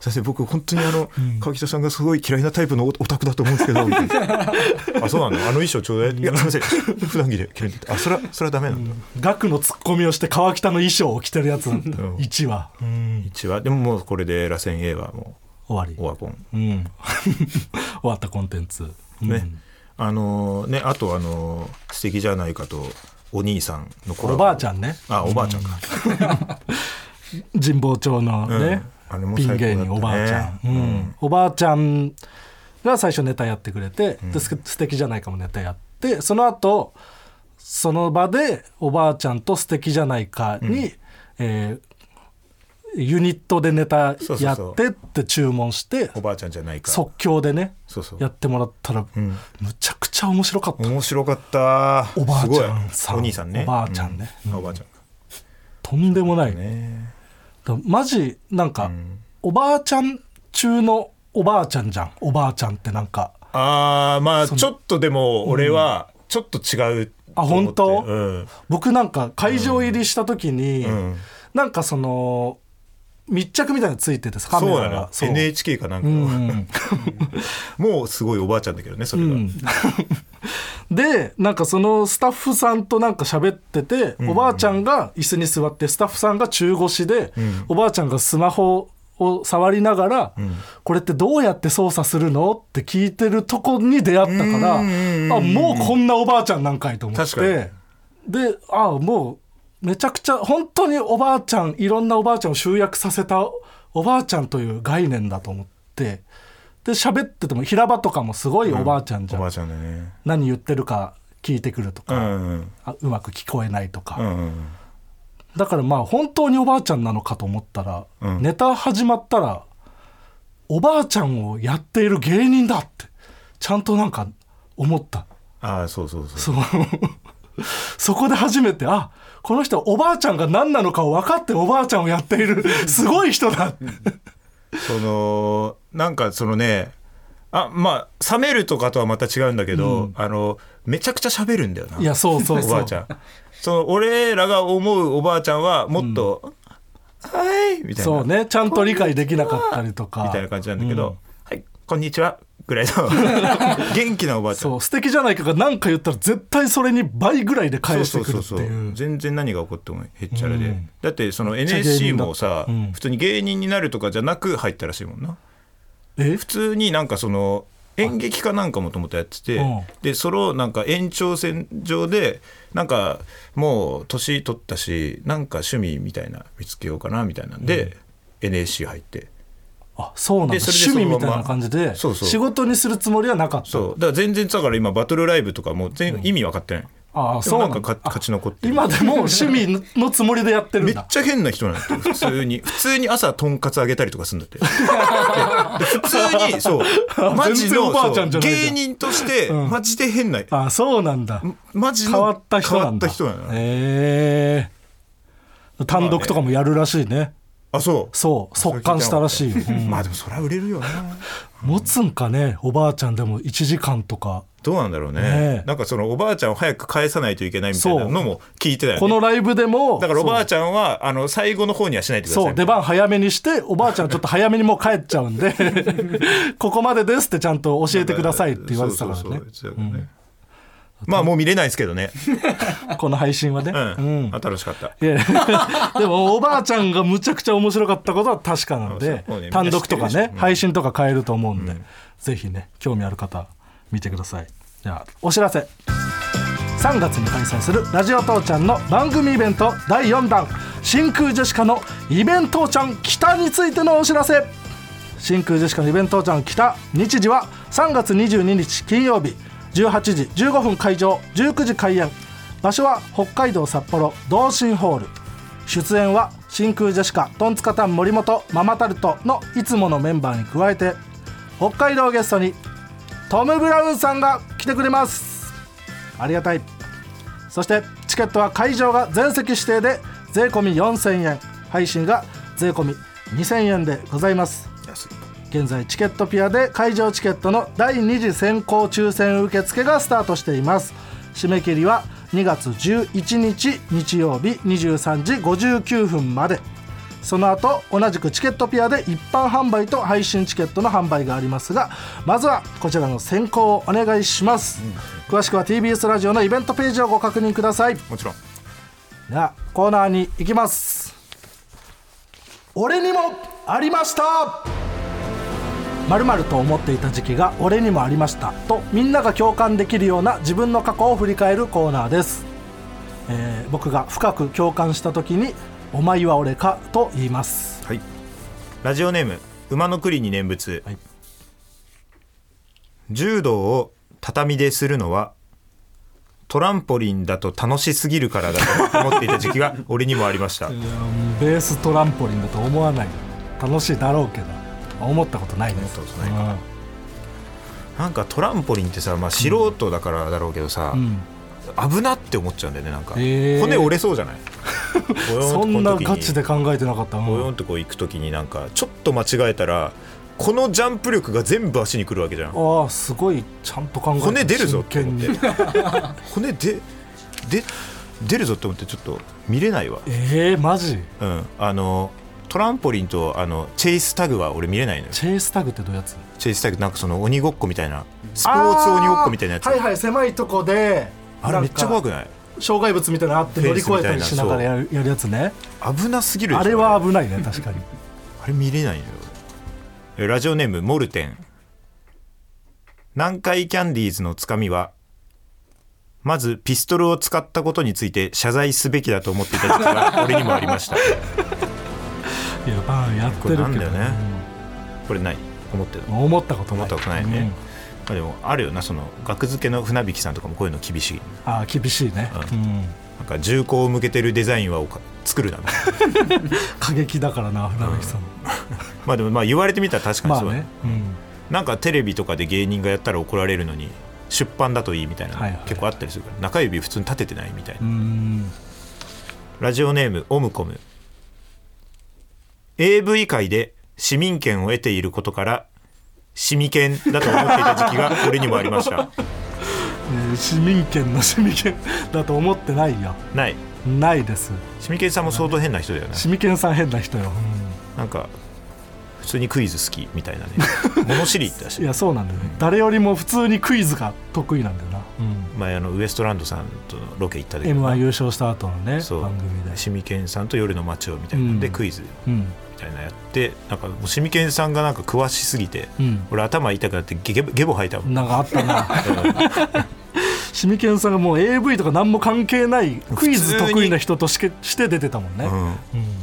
Speaker 2: 先生僕本当にあの、川北さんがすごい嫌いなタイプのオオタクだと思うんですけどみたいな あそうなんだあの衣装ちょうだいいやすいません普段着で着るんでってあそれはそれはダメなんだ、
Speaker 3: うん額のツッコミをして川北の衣装を着てるやつなんだ
Speaker 2: うん
Speaker 3: 1は
Speaker 2: 一話でももうこれで螺旋 A はも
Speaker 3: 終わり
Speaker 2: うオワコン
Speaker 3: うん 終わったコンテンツ
Speaker 2: ね、あのーねあとあのー素敵じゃないかとお兄さんのコラボ
Speaker 3: おばあちゃんね
Speaker 2: あおばあちゃんか、
Speaker 3: 神保町のね
Speaker 2: うんあれも
Speaker 3: ピ
Speaker 2: 最高だったね
Speaker 3: ン芸人おばあちゃんう
Speaker 2: うん
Speaker 3: おばあちゃんが最初ネタやってくれて「です素敵じゃないか」もネタやってその後その場でおばあちゃんと「素敵じゃないかに」えーユニットでネタ
Speaker 2: そうそ
Speaker 3: や
Speaker 2: うそ
Speaker 3: っ
Speaker 2: う
Speaker 3: てって注文して
Speaker 2: おばあちゃんじゃないか
Speaker 3: 即興でね
Speaker 2: そうそう
Speaker 3: やってもらったらむちゃくちゃ面白かった
Speaker 2: 面白かった
Speaker 3: おばあちゃん
Speaker 2: す
Speaker 3: さん
Speaker 2: ごいお兄さんね
Speaker 3: おばあちゃんね
Speaker 2: うんおばあちゃん
Speaker 3: とんでもない
Speaker 2: ね
Speaker 3: だからマジなんか、おばあちゃん中のおばあちゃんじゃんおばあちゃんってなんか
Speaker 2: ああまあちょっとでも俺はちょっと違うと思って、
Speaker 3: あ本当
Speaker 2: うん
Speaker 3: 僕なんか会場入りした時に、
Speaker 2: ん
Speaker 3: なんかその密着みたいなのついててさカメ
Speaker 2: そう
Speaker 3: ラ
Speaker 2: だな
Speaker 3: が
Speaker 2: NHK かなんか、
Speaker 3: うん
Speaker 2: もうすごいおばあちゃんだけどねそれが、
Speaker 3: でなんかそのスタッフさんとなんか喋ってて、おばあちゃんが椅子に座ってスタッフさんが中腰で、おばあちゃんがスマホを触りながら、これってどうやって操作するのって聞いてるとこに出会ったから、あもうこんなおばあちゃんなんかいと思って
Speaker 2: 確かに
Speaker 3: であもうめちゃくちゃ本当におばあちゃんいろんなおばあちゃんを集約させたおばあちゃんという概念だと思ってで喋ってても平場とかもすごいおばあちゃんじゃ
Speaker 2: お
Speaker 3: ん
Speaker 2: ばあちゃんだね
Speaker 3: 何言ってるか聞いてくると
Speaker 2: う
Speaker 3: か、
Speaker 2: んうん
Speaker 3: あうまく聞こえないとか、
Speaker 2: うんうん
Speaker 3: だからまあ本当におばあちゃんなのかと思ったら、
Speaker 2: うん
Speaker 3: ネタ始まったらおばあちゃんをやっている芸人だってちゃんとなんか思った
Speaker 2: ああそうそうそう
Speaker 3: そのそこで初めてあこの人はおばあちゃんが何なのかを分かっておばあちゃんをやっているすごい人だ
Speaker 2: そのなんかそのねあまあ冷めるとかとはまた違うんだけど、あのめちゃくちゃ喋るんだよない
Speaker 3: やそうそうそう
Speaker 2: おばあちゃんその俺らが思うおばあちゃんはもっと「はい」みたい
Speaker 3: そ
Speaker 2: な
Speaker 3: うねちゃんと理解できなかったりとか
Speaker 2: みたいな感じなんだけど「
Speaker 3: うん
Speaker 2: はいこんにちは」ぐらい の元気なおばあちゃん
Speaker 3: そう素敵じゃないかが何か言ったら絶対それに倍ぐらいで返してくるっていう
Speaker 2: 全然何が起こってもへっちゃらで、
Speaker 3: うん
Speaker 2: だってその
Speaker 3: っちゃ芸人だ
Speaker 2: NSC もさ、
Speaker 3: うん
Speaker 2: 普通に芸人になるとかじゃなく入ったらしいもんな
Speaker 3: え
Speaker 2: 普通になんかその演劇かなんかもともとやってて
Speaker 3: うん
Speaker 2: でそれをなんか延長線上でなんかもう年取ったしなんか趣味みたいな見つけようかなみたいなんで、NSC 入って
Speaker 3: あそうなんだ
Speaker 2: でそれで
Speaker 3: 趣味み
Speaker 2: その
Speaker 3: たい
Speaker 2: まま
Speaker 3: な感じで
Speaker 2: そうそう
Speaker 3: 仕事にするつもりはなかった
Speaker 2: そうだから全然だから今バトルライブとかもう全意味分かってない、
Speaker 3: ああ
Speaker 2: で
Speaker 3: そ
Speaker 2: もな
Speaker 3: うなんん
Speaker 2: か
Speaker 3: だ
Speaker 2: か勝ち残ってる
Speaker 3: 今でも趣味のつもりでやってる
Speaker 2: め
Speaker 3: ん
Speaker 2: っ
Speaker 3: だ
Speaker 2: ちゃ変な人なんだって普通 に普通に朝とんかつあげたりとかするんだってで普通にそうマジ
Speaker 3: 全然
Speaker 2: の
Speaker 3: おばあちゃんじ
Speaker 2: そう
Speaker 3: ゃないじゃん
Speaker 2: 芸人としてマジで変な、
Speaker 3: ああそうなんだ
Speaker 2: マジの
Speaker 3: 変わった人
Speaker 2: 変
Speaker 3: な
Speaker 2: わ
Speaker 3: ん
Speaker 2: った
Speaker 3: だ
Speaker 2: 人なの
Speaker 3: へえ単独とかもやるらしいね
Speaker 2: あそう
Speaker 3: そう速乾したらしいよ、うん
Speaker 2: まあでもそりゃ売れるよ な
Speaker 3: 持つんかねおばあちゃんでも1時間とか
Speaker 2: どうなんだろうね
Speaker 3: ねえ
Speaker 2: なんかそのおばあちゃんを早く返さないといけないみたいなのも聞いてたよ
Speaker 3: こ
Speaker 2: ね
Speaker 3: のライブでも
Speaker 2: だからおばあ
Speaker 3: ち
Speaker 2: ちゃんはあの最後の方にはしないでください
Speaker 3: そう出番早めにしておばあちゃんちょっと早めにもう帰っちゃうん でここまでですってちゃんと教えてくださいって言われてたから
Speaker 2: そう
Speaker 3: ね
Speaker 2: そうそうそうだからねまあもう見れないですけどね、
Speaker 3: この配信はね、
Speaker 2: うんあ楽しかった
Speaker 3: いやでもおばあちゃんがむちゃくちゃ面白かったことは確かなの
Speaker 2: そう
Speaker 3: で
Speaker 2: そうね
Speaker 3: 単独とか
Speaker 2: みんな知ってるでし
Speaker 3: ね
Speaker 2: ょ、うん
Speaker 3: 配信とか買えると思うんで、ぜひね興味ある方見てくださいじゃあお知らせ3月に開催する「ラジオ父ちゃん」の番組イベント第4弾真空ジェシカのイベントちゃん北についてのお知らせ真空ジェシカのイベントちゃん北日時は3月22日金曜日18時15分会場19時開演場所は北海道札幌同心ホール出演は真空ジェシカトンツカタン森本ママタルトのいつものメンバーに加えて北海道ゲストにトム・ブラウンさんが来てくれますありがたいそしてチケットは会場が全席指定で税込4000円配信が税込2000円でございます
Speaker 2: 安い
Speaker 3: 現在チケットピアで会場チケットの第2次先行抽選受付がスタートしています締め切りは2月11日日曜日23時59分までその後同じくチケットピアで一般販売と配信チケットの販売がありますがまずはこちらの先行をお願いします、詳しくは TBS ラジオのイベントページをご確認ください
Speaker 2: もちろん
Speaker 3: ではコーナーに行きます俺にもありましたまると思っていた時期が俺にもありましたとみんなが共感できるような自分の過去を振り返るコーナーです、えー僕が深く共感した時に「お前は俺か」と言います
Speaker 2: はい。ラジオネーム馬の栗に念仏、
Speaker 3: はい
Speaker 2: 柔道を畳でするのはトランポリンだと楽しすぎるからだと思っていた時期 が俺にもありました
Speaker 3: ベーストランポリンだと思わない楽しいだろうけど思ったことないです
Speaker 2: 思ったことないかなんかトランポリンってさ、まあ、素人だからだろうけどさ、
Speaker 3: うんうん
Speaker 2: 危なって思っちゃうんだよねなんか、
Speaker 3: へー
Speaker 2: 骨折れそうじゃない
Speaker 3: そんなガチで考えてなかった
Speaker 2: ボヨンとこう行く時になんかちょっと間違えたらこのジャンプ力が全部足にくるわけじゃん
Speaker 3: ああすごいちゃんと考えて
Speaker 2: 骨出るぞって
Speaker 3: 真剣
Speaker 2: 思っ
Speaker 3: に
Speaker 2: て骨でで出るぞって思ってちょっと見れないわ、
Speaker 3: えー、マジ
Speaker 2: うん、あのトランポリンとあのチェイスタグは俺見れないのよ
Speaker 3: チェイスタグってどういうやつ
Speaker 2: チェイスタグなんかその鬼ごっこみたいなスポーツ鬼ごっこみたいなやつあ,、
Speaker 3: はいはい狭いとこで
Speaker 2: れめっちゃ怖くない
Speaker 3: 障害物みたいなのあって乗り越えたりしながらやるやるやつね
Speaker 2: 危なすぎるでしょ
Speaker 3: あれは危ないね確かに
Speaker 2: あれ見れないのよえラジオネームモルテン南海キャンディーズのつかみはまずピストルを使ったことについて謝罪すべきだと思っていた時期が俺にもありました
Speaker 3: いやまあやってるけど、
Speaker 2: これなんだよねこれない思ってた
Speaker 3: うん思ったこと
Speaker 2: 思
Speaker 3: ない
Speaker 2: ったことないね、まあ、でもあるよなその額付けの船引きさんとかもこういうの厳しい
Speaker 3: うんああ厳しいね、
Speaker 2: う
Speaker 3: うん
Speaker 2: なんか銃口を向けてるデザインはおか作る な
Speaker 3: 過激だからな船引さん、
Speaker 2: まあでもまあ言われてみたら確かに
Speaker 3: まあ
Speaker 2: そうだ、
Speaker 3: ね、うん、
Speaker 2: なんかテレビとかで芸人がやったら怒られるのに出版だといいみたいな
Speaker 3: はい
Speaker 2: の
Speaker 3: はい
Speaker 2: 結構あったりするから、中指普通に立ててないみたいな
Speaker 3: うーん
Speaker 2: ラジオネームオムコム AV 界で市民権を得ていることから市民権だと思っていた時期が俺にもありました
Speaker 3: えー市民権の市民権だと思ってないよ
Speaker 2: ない
Speaker 3: ないです
Speaker 2: 市民権さんも相当変な人だよね
Speaker 3: 市民権さん変な人よ、
Speaker 2: なんか普通にクイズ好きみたいな ね物知りだ
Speaker 3: い
Speaker 2: し
Speaker 3: やそうなんだよね、誰よりも普通にクイズが得意なんだよな、
Speaker 2: 前あのウエストランドさんとのロケ行った時
Speaker 3: m 1優勝した後のね
Speaker 2: そう
Speaker 3: 番組で
Speaker 2: 市民権さんと夜の街をみたいなんで、
Speaker 3: うん
Speaker 2: クイズみ
Speaker 3: うん
Speaker 2: たいなのやってなんかもう市民権さんがなんか詳しすぎて、
Speaker 3: うん
Speaker 2: 俺頭痛くなってゲゲボゲボ吐いたもん
Speaker 3: なんかあったなシミケンさんがもう AV とか何も関係ないクイズ得意な人としけして出てたもんね、
Speaker 2: うん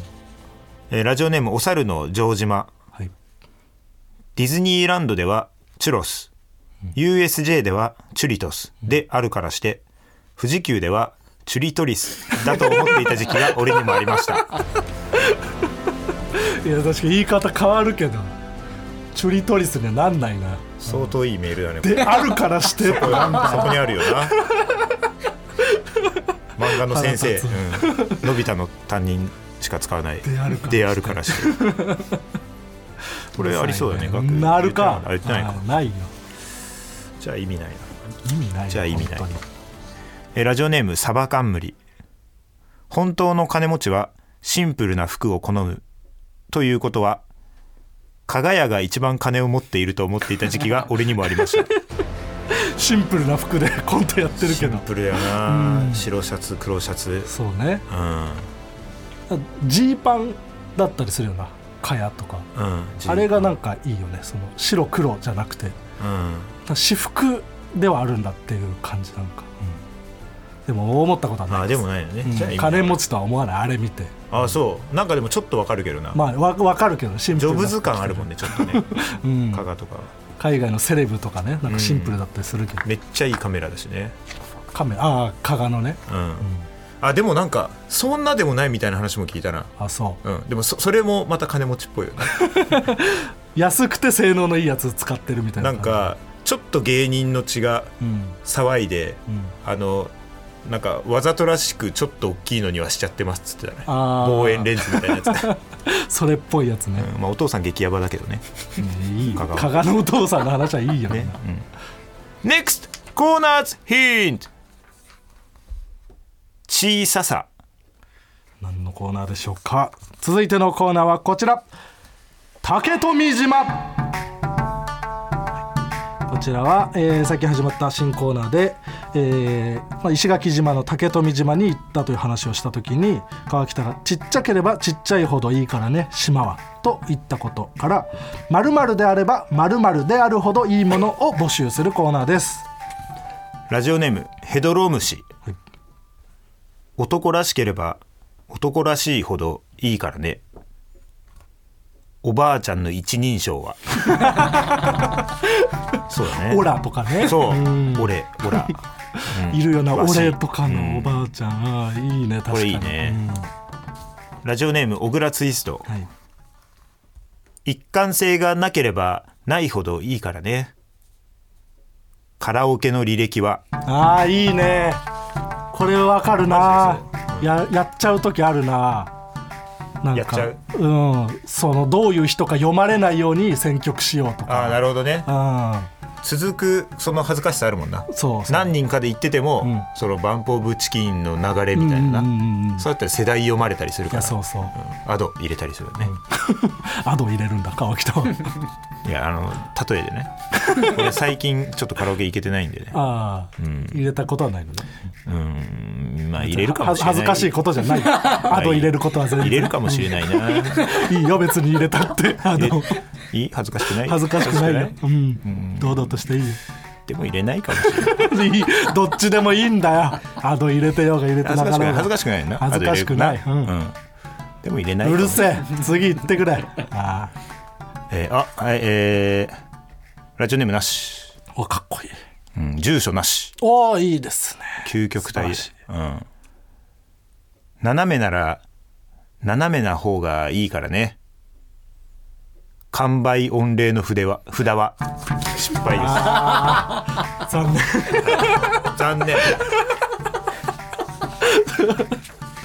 Speaker 2: えーラジオネームお猿の城島
Speaker 3: はい、
Speaker 2: ディズニーランドではチュロス USJ ではチュリトスであるからして富士急ではチュリトリスだと思っていた時期 が俺にもありました
Speaker 3: いや確かに言い方変わるけどチュリトリスにはなんないな
Speaker 2: 相当いいメールだねこれ
Speaker 3: であるからし
Speaker 2: これ
Speaker 3: て
Speaker 2: そこにあるよ な漫画の先生、
Speaker 3: 腹
Speaker 2: うんのび太の担任しか使わない
Speaker 3: であるからして
Speaker 2: であるからして これありそうだね学
Speaker 3: なるか
Speaker 2: あ言ってないか
Speaker 3: あないよ
Speaker 2: じゃあ意味ないな
Speaker 3: 意味ないよ
Speaker 2: じゃあ意味ない
Speaker 3: 本当に
Speaker 2: えーラジオネームサバカンムリ本当の金持ちはシンプルな服を好むということは加賀屋が一番金を持っていると思っていた時期 が俺にもありました
Speaker 3: シンプルな服で コントやってる
Speaker 2: シ
Speaker 3: け
Speaker 2: ン
Speaker 3: ど
Speaker 2: プルだよな白シャツ黒シャツ
Speaker 3: そうね
Speaker 2: うん
Speaker 3: ジーパンだったりするよなかやとか
Speaker 2: うん
Speaker 3: あれが
Speaker 2: な
Speaker 3: なんかいいよねその白黒じゃなくて
Speaker 2: うん
Speaker 3: 私服ではあるんだっていう感じなんか、うんでも思ったことは
Speaker 2: あ
Speaker 3: な
Speaker 2: ー
Speaker 3: い
Speaker 2: ですもないよね、
Speaker 3: うん
Speaker 2: じゃあ意味ない
Speaker 3: 金持ちとは思わないあれ見て
Speaker 2: あーそうなんかでもちょっとわかるけどな、
Speaker 3: まあわ分かるけどシンプ
Speaker 2: ジ
Speaker 3: ル
Speaker 2: ョ
Speaker 3: な服
Speaker 2: ブズ感あるもんねちょっとね
Speaker 3: うん
Speaker 2: 加賀とかは
Speaker 3: 海外のセレブとかねなんかシンプルだったりするけど、
Speaker 2: めっちゃいいカメラだしね
Speaker 3: カメラああ加賀のね
Speaker 2: うん、あでもなんかそんなでもないみたいな話も聞いたな
Speaker 3: あそう
Speaker 2: うん、でもそそれもまた金持ちっぽい よね
Speaker 3: 安くて性能のいいやつ使ってるみたいな
Speaker 2: なんかちょっと芸人の血が
Speaker 3: うん
Speaker 2: 騒いで、
Speaker 3: うん
Speaker 2: あのなんかわざとらしくちょっと大きいのにはしちゃってますっつってたね
Speaker 3: あー
Speaker 2: 望遠レンズみたいなやつ、
Speaker 3: それっぽいやつね、
Speaker 2: うんまあ、お父さん激ヤバだけどね
Speaker 3: うんいい
Speaker 2: 加賀
Speaker 3: 加賀のお父さんの話はいいよね
Speaker 2: ね、うん NEXT コーナーズヒント小ささ
Speaker 3: 何のコーナーでしょうか続いてのコーナーはこちら竹富島こちらは、えー、さっき始まった新コーナーで、えーまあ、石垣島の竹富島に行ったという話をした時に川北が「ちっちゃければちっちゃいほどいいからね島は」と言ったことから「まるであればまるであるほどいいもの」を募集するコーナーです。
Speaker 2: ラジオネームヘドロムシ、
Speaker 3: はい
Speaker 2: 男らしければ男らしいほどいいからねおばあちゃんの一人称 はそうだね
Speaker 3: オラとかね
Speaker 2: そう
Speaker 3: うん
Speaker 2: 俺オラ
Speaker 3: いるよな
Speaker 2: わし
Speaker 3: 俺とかのおばあちゃん、あーいいね確かに
Speaker 2: これいいね
Speaker 3: うん
Speaker 2: ラジオネーム小倉ツイスト
Speaker 3: はい
Speaker 2: 一貫性がなければないほどいいからねカラオケの履歴は
Speaker 3: ああいいねこれわかるな
Speaker 2: マジで
Speaker 3: ややっちゃう時あるななんか
Speaker 2: やっちゃう
Speaker 3: うん、そのどういう人か読まれないように選曲しようとか
Speaker 2: ああなるほどね
Speaker 3: う
Speaker 2: 続くその恥ずかしさあるもんなん
Speaker 3: そうそう
Speaker 2: 何人かで言ってても、
Speaker 3: うん
Speaker 2: そのバンプ・オブ・チキンの流れみたいな、
Speaker 3: うんうんうんうんい
Speaker 2: そうやったら世代読まれたりするか
Speaker 3: や
Speaker 2: ら
Speaker 3: そ うそう
Speaker 2: アド入れたりするよね、
Speaker 3: アド入れるんだ 川北は
Speaker 2: いやあの例え でね俺最近ちょっとカラオケ行けてないんでね
Speaker 3: ああ、入れたことはないのね
Speaker 2: うんまあ入れるかもしれない
Speaker 3: は恥ずかしいことじゃないアド入れることは全然
Speaker 2: 入れるかもしれないない
Speaker 3: いよ別に入れたってあの
Speaker 2: いい恥ずかしくない
Speaker 3: 恥ずかしくな
Speaker 2: 恥
Speaker 3: いよ
Speaker 2: ず、
Speaker 3: うん、堂々としていいよ
Speaker 2: でも入れないかもしれない
Speaker 3: いいどっちでもいいんだよアド入れてようが入れてな
Speaker 2: 恥ず
Speaker 3: か
Speaker 2: かしくない
Speaker 3: ろ
Speaker 2: う恥ずかしくな
Speaker 3: が
Speaker 2: いな
Speaker 3: 恥ずかしくない
Speaker 2: アド入れるうんでも入れないか
Speaker 3: う
Speaker 2: も
Speaker 3: るせえ次行ってくれああ
Speaker 2: えーあはいえーラジオネームなし、
Speaker 3: おかっこいい
Speaker 2: うん、住所なし
Speaker 3: おーいいですね
Speaker 2: 究極体
Speaker 3: 素
Speaker 2: うん斜めなら斜めな方がいいからね完売御礼の筆は札は失敗で
Speaker 3: 残念
Speaker 2: す残 念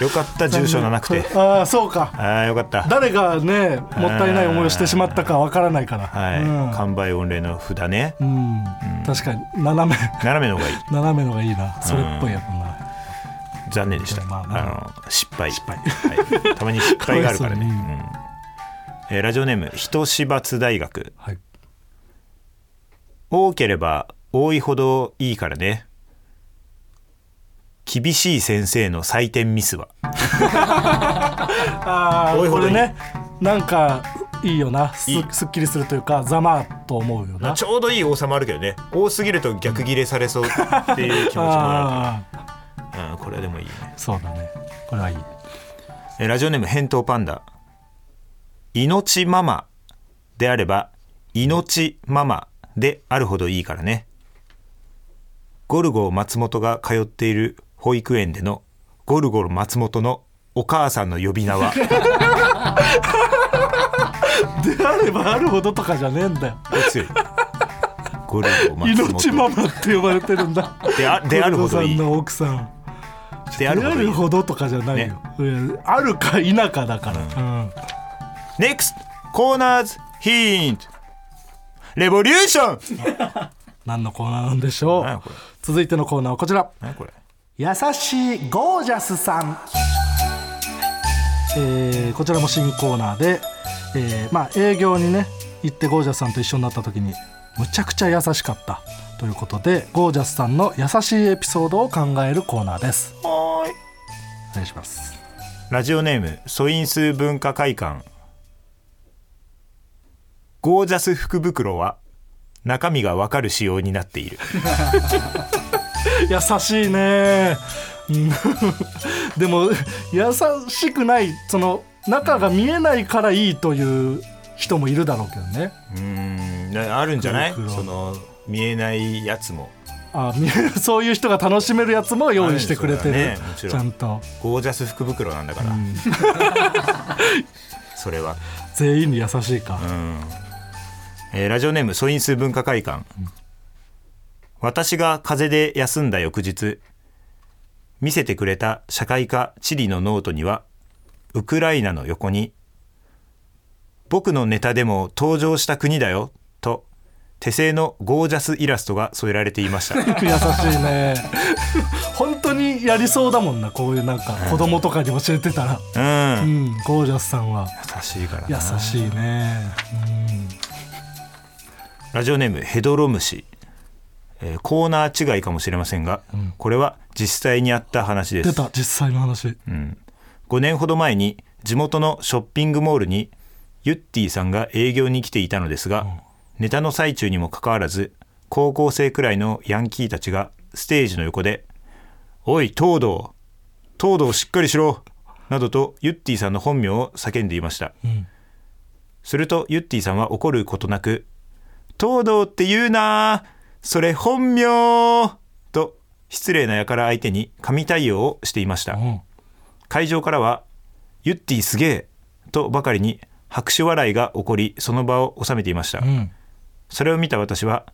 Speaker 2: よかった住所がなくて
Speaker 3: ああそうか
Speaker 2: ああよかった
Speaker 3: 誰がねもったいない思いをしてしまったかわからないから、
Speaker 2: はい、
Speaker 3: うん
Speaker 2: 完売御礼の札ね
Speaker 3: うん確かに斜め
Speaker 2: 斜めの方がいい
Speaker 3: 斜めのがいいなそれっぽいやつな、
Speaker 2: 残念でした、
Speaker 3: まあ
Speaker 2: あの失敗はい、たまに失敗がある からね
Speaker 3: かわいそう
Speaker 2: うんえーラジオネーム人芝津大学
Speaker 3: はい、
Speaker 2: 多ければ多いほどいいからね厳しい先生の採点ミスは
Speaker 3: ああ
Speaker 2: 多い
Speaker 3: こ
Speaker 2: ほどい
Speaker 3: れ
Speaker 2: い
Speaker 3: ねなんかいいよなす
Speaker 2: いい
Speaker 3: すっきりするというかざまあと思うよな
Speaker 2: ちょうどいい多さもあるけどね多すぎると逆ギレされそうっていう気持ちも あ
Speaker 3: ああ
Speaker 2: るから、うん、これはでもいいね
Speaker 3: そうだねこれはいい
Speaker 2: えーラジオネーム返答パンダ命ママであれば命ママであるほどいいからねゴルゴ松本が通っている保育園でのゴルゴ松本のお母さんの呼び名は
Speaker 3: であればあるほどとかじゃねえんだよ
Speaker 2: 強いゴルゴ
Speaker 3: 命
Speaker 2: 松
Speaker 3: マ
Speaker 2: 本
Speaker 3: マって呼ばれてるんだ
Speaker 2: であであるほどい
Speaker 3: 小
Speaker 2: い
Speaker 3: 野さんの奥さん
Speaker 2: で
Speaker 3: で
Speaker 2: あ
Speaker 3: あ
Speaker 2: るほどい
Speaker 3: る
Speaker 2: い
Speaker 3: ほどとかじゃないよ、うんあるか否かだから、うん
Speaker 2: NEXT コーナーズヒントレボリューション
Speaker 3: 何のコーナーなんでしょう
Speaker 2: 何やこれ
Speaker 3: 続いてのコーナーはこちら
Speaker 2: 何これ
Speaker 3: 優しいゴージャスさん、えーこちらも新コーナーで、えーまあ、営業にね行ってゴージャスさんと一緒になった時にむちゃくちゃ優しかったということでゴージャスさんの優しいエピソードを考えるコーナーです
Speaker 2: はーい
Speaker 3: お願いします
Speaker 2: ラジオネーム素因数文化会館ゴージャス福袋は中身がわかる仕様になっている
Speaker 3: 優しいね うんでも優しくないその中が見えないからいいという人もいるだろうけどね
Speaker 2: うんあるんじゃないその見えないやつも
Speaker 3: あ見え るそういう人が楽しめるやつも用意してくれてる、
Speaker 2: はいそうだねもちろん
Speaker 3: ちゃんと
Speaker 2: ゴージャス福袋なんだから、 それは
Speaker 3: 全員に優しいか、
Speaker 2: えーラジオネーム素因数文化会館、私が風邪で休んだ翌日見せてくれた社会科地理のノートにはウクライナの横に「僕のネタでも登場した国だよ」と手製のゴージャスイラストが添えられていました
Speaker 3: 優しいね 本当にやりそうだもんなこういうなんか子供とかに教えてたら、
Speaker 2: うん、
Speaker 3: う
Speaker 2: 優
Speaker 3: ん、ゴージャスさんは
Speaker 2: しいから
Speaker 3: 優
Speaker 2: な
Speaker 3: しいね、
Speaker 2: ラジオネームヘドロムシ、えーコーナー違いかもしれませんが、これは実際にあった話で
Speaker 3: 出
Speaker 2: す
Speaker 3: た実際の話
Speaker 2: 5年ほど前に地元のショッピングモールにユッティさんが営業に来ていたのですが、ネタの最中にもかかわらず高校生くらいのヤンキーたちがステージの横で「おい東堂東堂しっかりしろ!」などとユッティさんの本名を叫んでいました、するとユッティさんは怒ることなく「東堂って言うなそれ本名!」と失礼な輩相手に神対応をしていました、
Speaker 3: うん
Speaker 2: 会場からは「ユッティすげえ!」とばかりに拍手笑いが起こりその場を収めていました、
Speaker 3: うん
Speaker 2: それを見た私は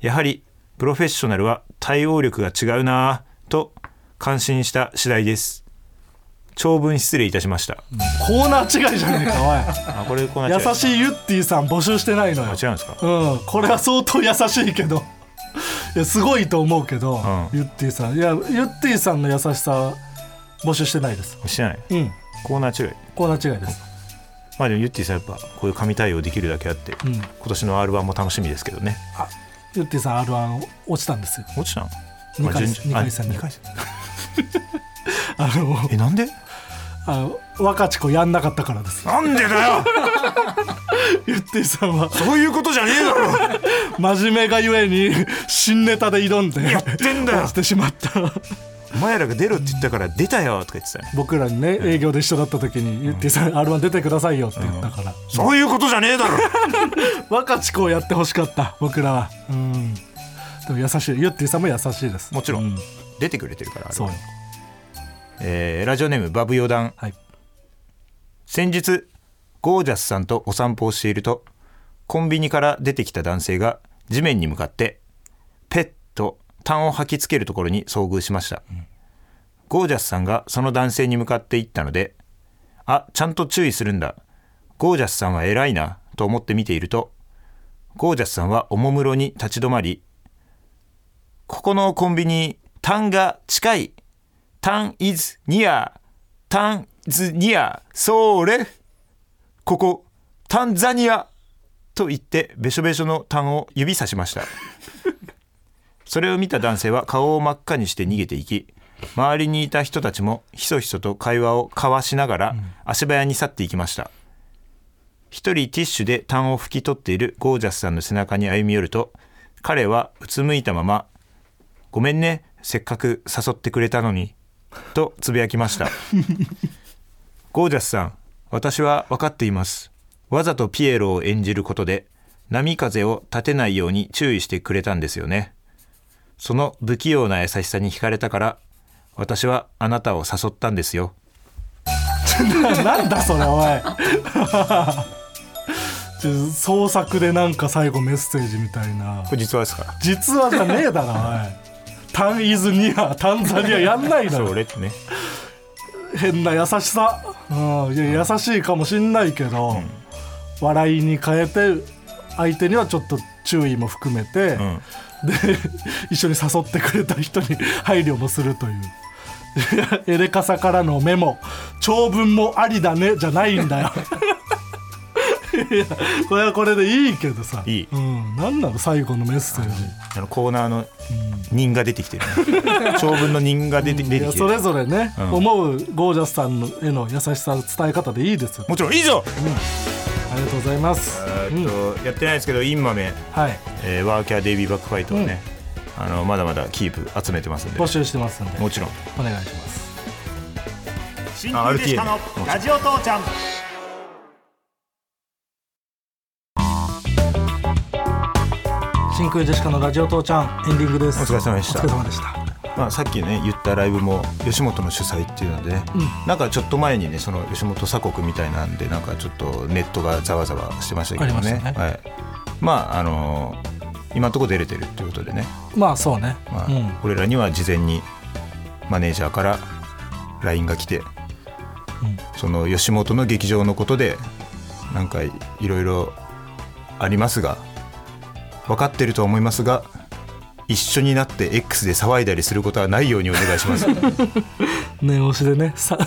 Speaker 2: やはりプロフェッショナルは対応力が違うなぁと感心した次第です長文失礼いたしました、
Speaker 3: コーナー違いじゃね えか
Speaker 2: あこれこん
Speaker 3: お
Speaker 2: ない違う
Speaker 3: 優しいユッティさん募集してないのよ
Speaker 2: あ違うんですか
Speaker 3: うん、これは相当優しいけどいやすごいと思うけど、
Speaker 2: う
Speaker 3: ゆってぃさんいやゆってぃさんの優しさ募集してないです
Speaker 2: 知らない
Speaker 3: うん
Speaker 2: コーナー違い
Speaker 3: コーナー違いです
Speaker 2: まあでもゆってぃさんやっぱこういう神対応できるだけあって、
Speaker 3: ん
Speaker 2: 今年の r 1も楽しみですけどね
Speaker 3: ゆってぃさん r 1落ちたんですよ
Speaker 2: 落ちたの
Speaker 3: 二回
Speaker 2: あ順
Speaker 3: 二
Speaker 2: あ
Speaker 3: 回戦で
Speaker 2: 二回戦
Speaker 3: あの
Speaker 2: えなんで
Speaker 3: あの若智子やんなかったからです
Speaker 2: なんでだよ
Speaker 3: ゆってぃさんは
Speaker 2: そういうことじゃねえだろ
Speaker 3: 真面目がゆえに新ネタで挑んで
Speaker 2: やってんだよ
Speaker 3: 落ちてしまった
Speaker 2: お前らが出ろって言ったから出たよとか言ってたね
Speaker 3: 僕らにね営業で一緒だった時に、ゆってぃさん r 1出てくださいよって言ったから、
Speaker 2: そういうことじゃねえだろ
Speaker 3: 若智子をやってほしかった僕らはうんでも優しいゆってぃさんも優しいです
Speaker 2: もちろん、
Speaker 3: うん
Speaker 2: 出てくれてるからあれは
Speaker 3: そうよ
Speaker 2: えーラジオネームバブヨダン
Speaker 3: はい
Speaker 2: 先日ゴージャスさんとお散歩をしているとコンビニから出てきた男性が地面に向かってペッと痰を吐きつけるところに遭遇しました、ゴージャスさんがその男性に向かっていったのであちゃんと注意するんだゴージャスさんは偉いなと思って見ているとゴージャスさんはおもむろに立ち止まりここのコンビニ痰が近いタンイズニア、タンズニア、それ、ここ、タンザニアと言って、べしょべしょのタンを指さしました。 それを見た男性は顔を真っ赤にして逃げていき、周りにいた人たちもひそひそと会話を交わしながら足早に去っていきました。一人ティッシュで痰を拭き取っているゴージャスさんの背中に歩み寄ると、彼はうつむいたまま、ごめんね、せっかく誘ってくれたのに、とつぶやきましたゴージャスさん私は分かっていますわざとピエロを演じることで波風を立てないように注意してくれたんですよねその不器用な優しさに惹かれたから私はあなたを誘ったんですよ
Speaker 3: なんだそれおい ちょ創作でなんか最後メッセージみたいな
Speaker 2: これ実はですから
Speaker 3: 実はじゃねえだろおいタンイズニアタンザニアやんないだ
Speaker 2: そ
Speaker 3: ろ
Speaker 2: れってね
Speaker 3: 変な優しさ、うん、いや優しいかもしんないけど、笑いに変えて相手にはちょっと注意も含めて、
Speaker 2: ん
Speaker 3: で一緒に誘ってくれた人に配慮もするという いやエレカサからのメモ長文もありだねじゃないんだよ いやこれはこれでいいけどさ
Speaker 2: いい
Speaker 3: うん、何なの最後のメッセージ
Speaker 2: あのコーナーの人が出てきてるね、長文の人が出て出
Speaker 3: い
Speaker 2: て
Speaker 3: や
Speaker 2: きて
Speaker 3: そ
Speaker 2: る
Speaker 3: れぞれね、
Speaker 2: ん
Speaker 3: 思うゴージャスさんのへの優しさの伝え方でいいですよ
Speaker 2: もちろん以上、
Speaker 3: ありがとうございます
Speaker 2: えーっとやってないですけどインマメ
Speaker 3: はい
Speaker 2: えーワーキャーデイビーバックファイトはね、あのまだまだキープ集めてますんで
Speaker 3: 募集してますんで
Speaker 2: もちろん
Speaker 3: お願いします
Speaker 4: 新
Speaker 2: あ
Speaker 4: 旧でしたの
Speaker 2: RTA
Speaker 4: ラジオ父ちゃん
Speaker 3: 真空ジェシカのラジオ父ちゃんエンディングです
Speaker 2: お疲れ様でした
Speaker 3: お疲れ様でした
Speaker 2: まあ、さっきね言ったライブも吉本の主催っていうのでね、なんかちょっと前にねその吉本鎖国みたいなんでなんかちょっとネットがざわざわしてましたけど
Speaker 3: あり
Speaker 2: ね
Speaker 3: ましたね
Speaker 2: はい、まああのー今のところ出れてるっていうことでね、
Speaker 3: まあそうね、
Speaker 2: まあ
Speaker 3: うん
Speaker 2: 俺らには事前にマネージャーから LINE が来て、その吉本の劇場のことでなんかいろいろありますが分かってると思いますが一緒になって X で騒いだりすることはないようにお願いします
Speaker 3: 念押しでねさ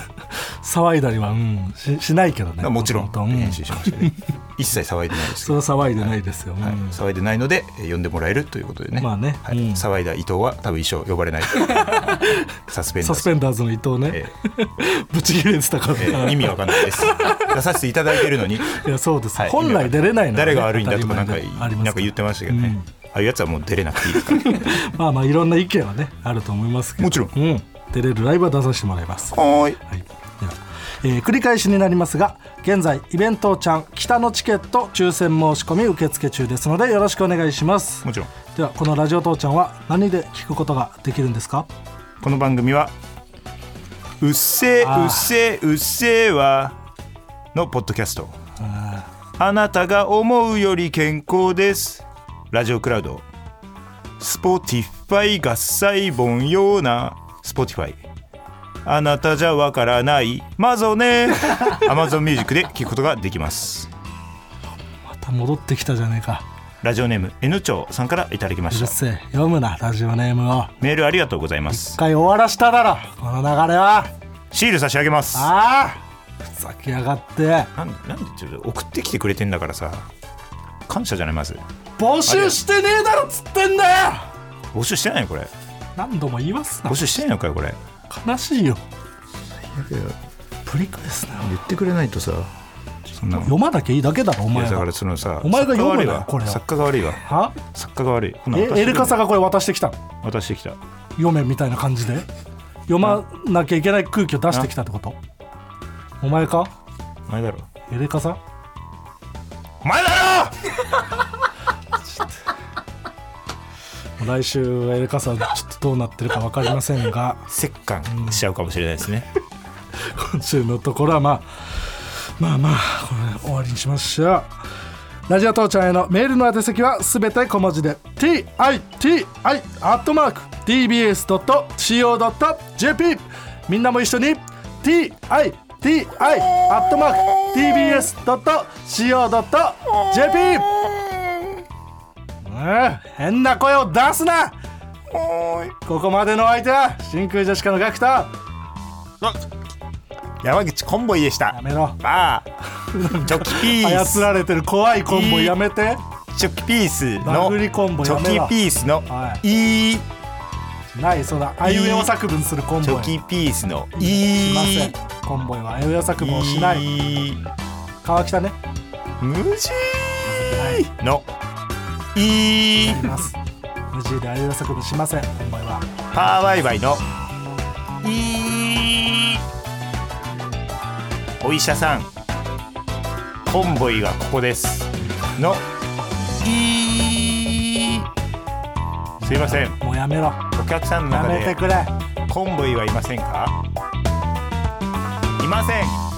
Speaker 3: 騒いだりは、うん、ししないけどね
Speaker 2: もちろ
Speaker 3: 本当
Speaker 2: ん
Speaker 3: うん
Speaker 2: 練習しましたね一切騒いでないですけ
Speaker 3: そ
Speaker 2: ど、
Speaker 3: れ
Speaker 2: は
Speaker 3: は騒いでないですよ、
Speaker 2: い
Speaker 3: うん
Speaker 2: 騒いでないのでえー呼んでもらえるということでね,、
Speaker 3: まあね
Speaker 2: はい
Speaker 3: うん
Speaker 2: 騒いだ伊藤は多分一生呼ば れないサスペンダ
Speaker 3: サ
Speaker 2: ー
Speaker 3: ス
Speaker 2: ズ
Speaker 3: ペンダーズの伊藤ね、
Speaker 2: えー
Speaker 3: ぶち切れてたから、
Speaker 2: え ー意味わかんないです 出させていただいてるのに、
Speaker 3: いやそうです、
Speaker 2: はい
Speaker 3: 本来出れないのはね、
Speaker 2: 誰が悪いんだとかなんか
Speaker 3: 当たり前であります
Speaker 2: なんか言ってましたけどね、
Speaker 3: うん
Speaker 2: ああいうやつはもう出れなくていいですから
Speaker 3: まあまあいろんな意見はねあると思いますけど
Speaker 2: もちろん
Speaker 3: うん、出れるライブは出させてもらいます
Speaker 2: はーい
Speaker 3: はい、では、えー繰り返しになりますが現在イベントちゃん北のチケット抽選申し込み受付中ですのでよろしくお願いします
Speaker 2: もちろん
Speaker 3: ではこの「ラジオ父ちゃん」は何で聞くことができるんですか
Speaker 2: この番組は「うっせ
Speaker 3: あー
Speaker 2: ーうっせーうっせーは」のポッドキャストあなたが思うより健康ですラジオクラウドスポティファイ合細本ようなスポティファイあなたじゃわからないマゾネ Amazon ミュージックで聴くことができます
Speaker 3: また戻ってきたじゃねえか
Speaker 2: ラジオネーム N 長さんからいただきま
Speaker 3: う
Speaker 2: し
Speaker 3: る
Speaker 2: た
Speaker 3: せえ読むなラジオネームを
Speaker 2: メールありがとうございます
Speaker 3: 一回終わらしただろこの流れは
Speaker 2: シール差し上げます
Speaker 3: ああふざけやがって
Speaker 2: なんなんでちょっと送ってきてくれてんだからさ感謝じゃないまず
Speaker 3: 募集してねえだろっつってんだよ
Speaker 2: 募集してないのこれ
Speaker 3: 何度も言いますな
Speaker 2: 募集してないのかよこれ
Speaker 3: 悲しいよプリクですな
Speaker 2: 言ってくれないとさそんなの
Speaker 3: 読まなきゃいいだけだろお
Speaker 2: い
Speaker 3: 前
Speaker 2: やだか
Speaker 3: は
Speaker 2: らそのさ
Speaker 3: お前が読むな
Speaker 2: 作家が
Speaker 3: よ
Speaker 2: 悪いわ
Speaker 3: これを
Speaker 2: 作家が悪いわ
Speaker 3: は
Speaker 2: 作家が悪いこんなの
Speaker 3: え
Speaker 2: 渡して
Speaker 3: エルカさんがこれ渡してきたの
Speaker 2: 渡してきた
Speaker 3: 読めみたいな感じで読まなきゃいけない空気を出してきたってことお前か
Speaker 2: お前だろ
Speaker 3: エレカさん
Speaker 2: お前だろ
Speaker 3: 来週はエレカさんちょっとどうなってるか分かりませんが
Speaker 2: 折感しちゃうかもしれないですね
Speaker 3: 今週のところはまあまあまあこれで終わりにしましょうラジオ父ちゃんへのメールの宛先はすべて小文字で TITI.tbs.co.jp みんなも一緒に TITI.tbs.co.jp うん変な声を出すなここまでのお相手は真空ジェシカのガクトや
Speaker 2: 山口コンボイでした
Speaker 3: めろ
Speaker 2: バ ーチョキピー
Speaker 3: 操
Speaker 2: ス
Speaker 3: られてる怖いコンボやめて
Speaker 2: チョキピースの
Speaker 3: 殴りコンボ
Speaker 2: チ
Speaker 3: やめ
Speaker 2: ョ
Speaker 3: ろ
Speaker 2: キピースの
Speaker 3: はい
Speaker 2: いい
Speaker 3: ないそんなあいうえお作文するコン
Speaker 2: チ
Speaker 3: ボ
Speaker 2: ョキ
Speaker 3: イ
Speaker 2: ピースのい
Speaker 3: い
Speaker 2: い
Speaker 3: ませんコンボイはあいうえお作文をしない
Speaker 2: いい
Speaker 3: 川北ね
Speaker 2: 無事のいい
Speaker 3: います無事であいうえお作文しませんコンボイは
Speaker 2: パーワイワイのいいお医者さんコンボイがここですのいいすいません
Speaker 3: もうやめろ
Speaker 2: お客さんの
Speaker 3: や
Speaker 2: 中
Speaker 3: めて
Speaker 2: で
Speaker 3: くれ
Speaker 2: コンボイはいませんかいません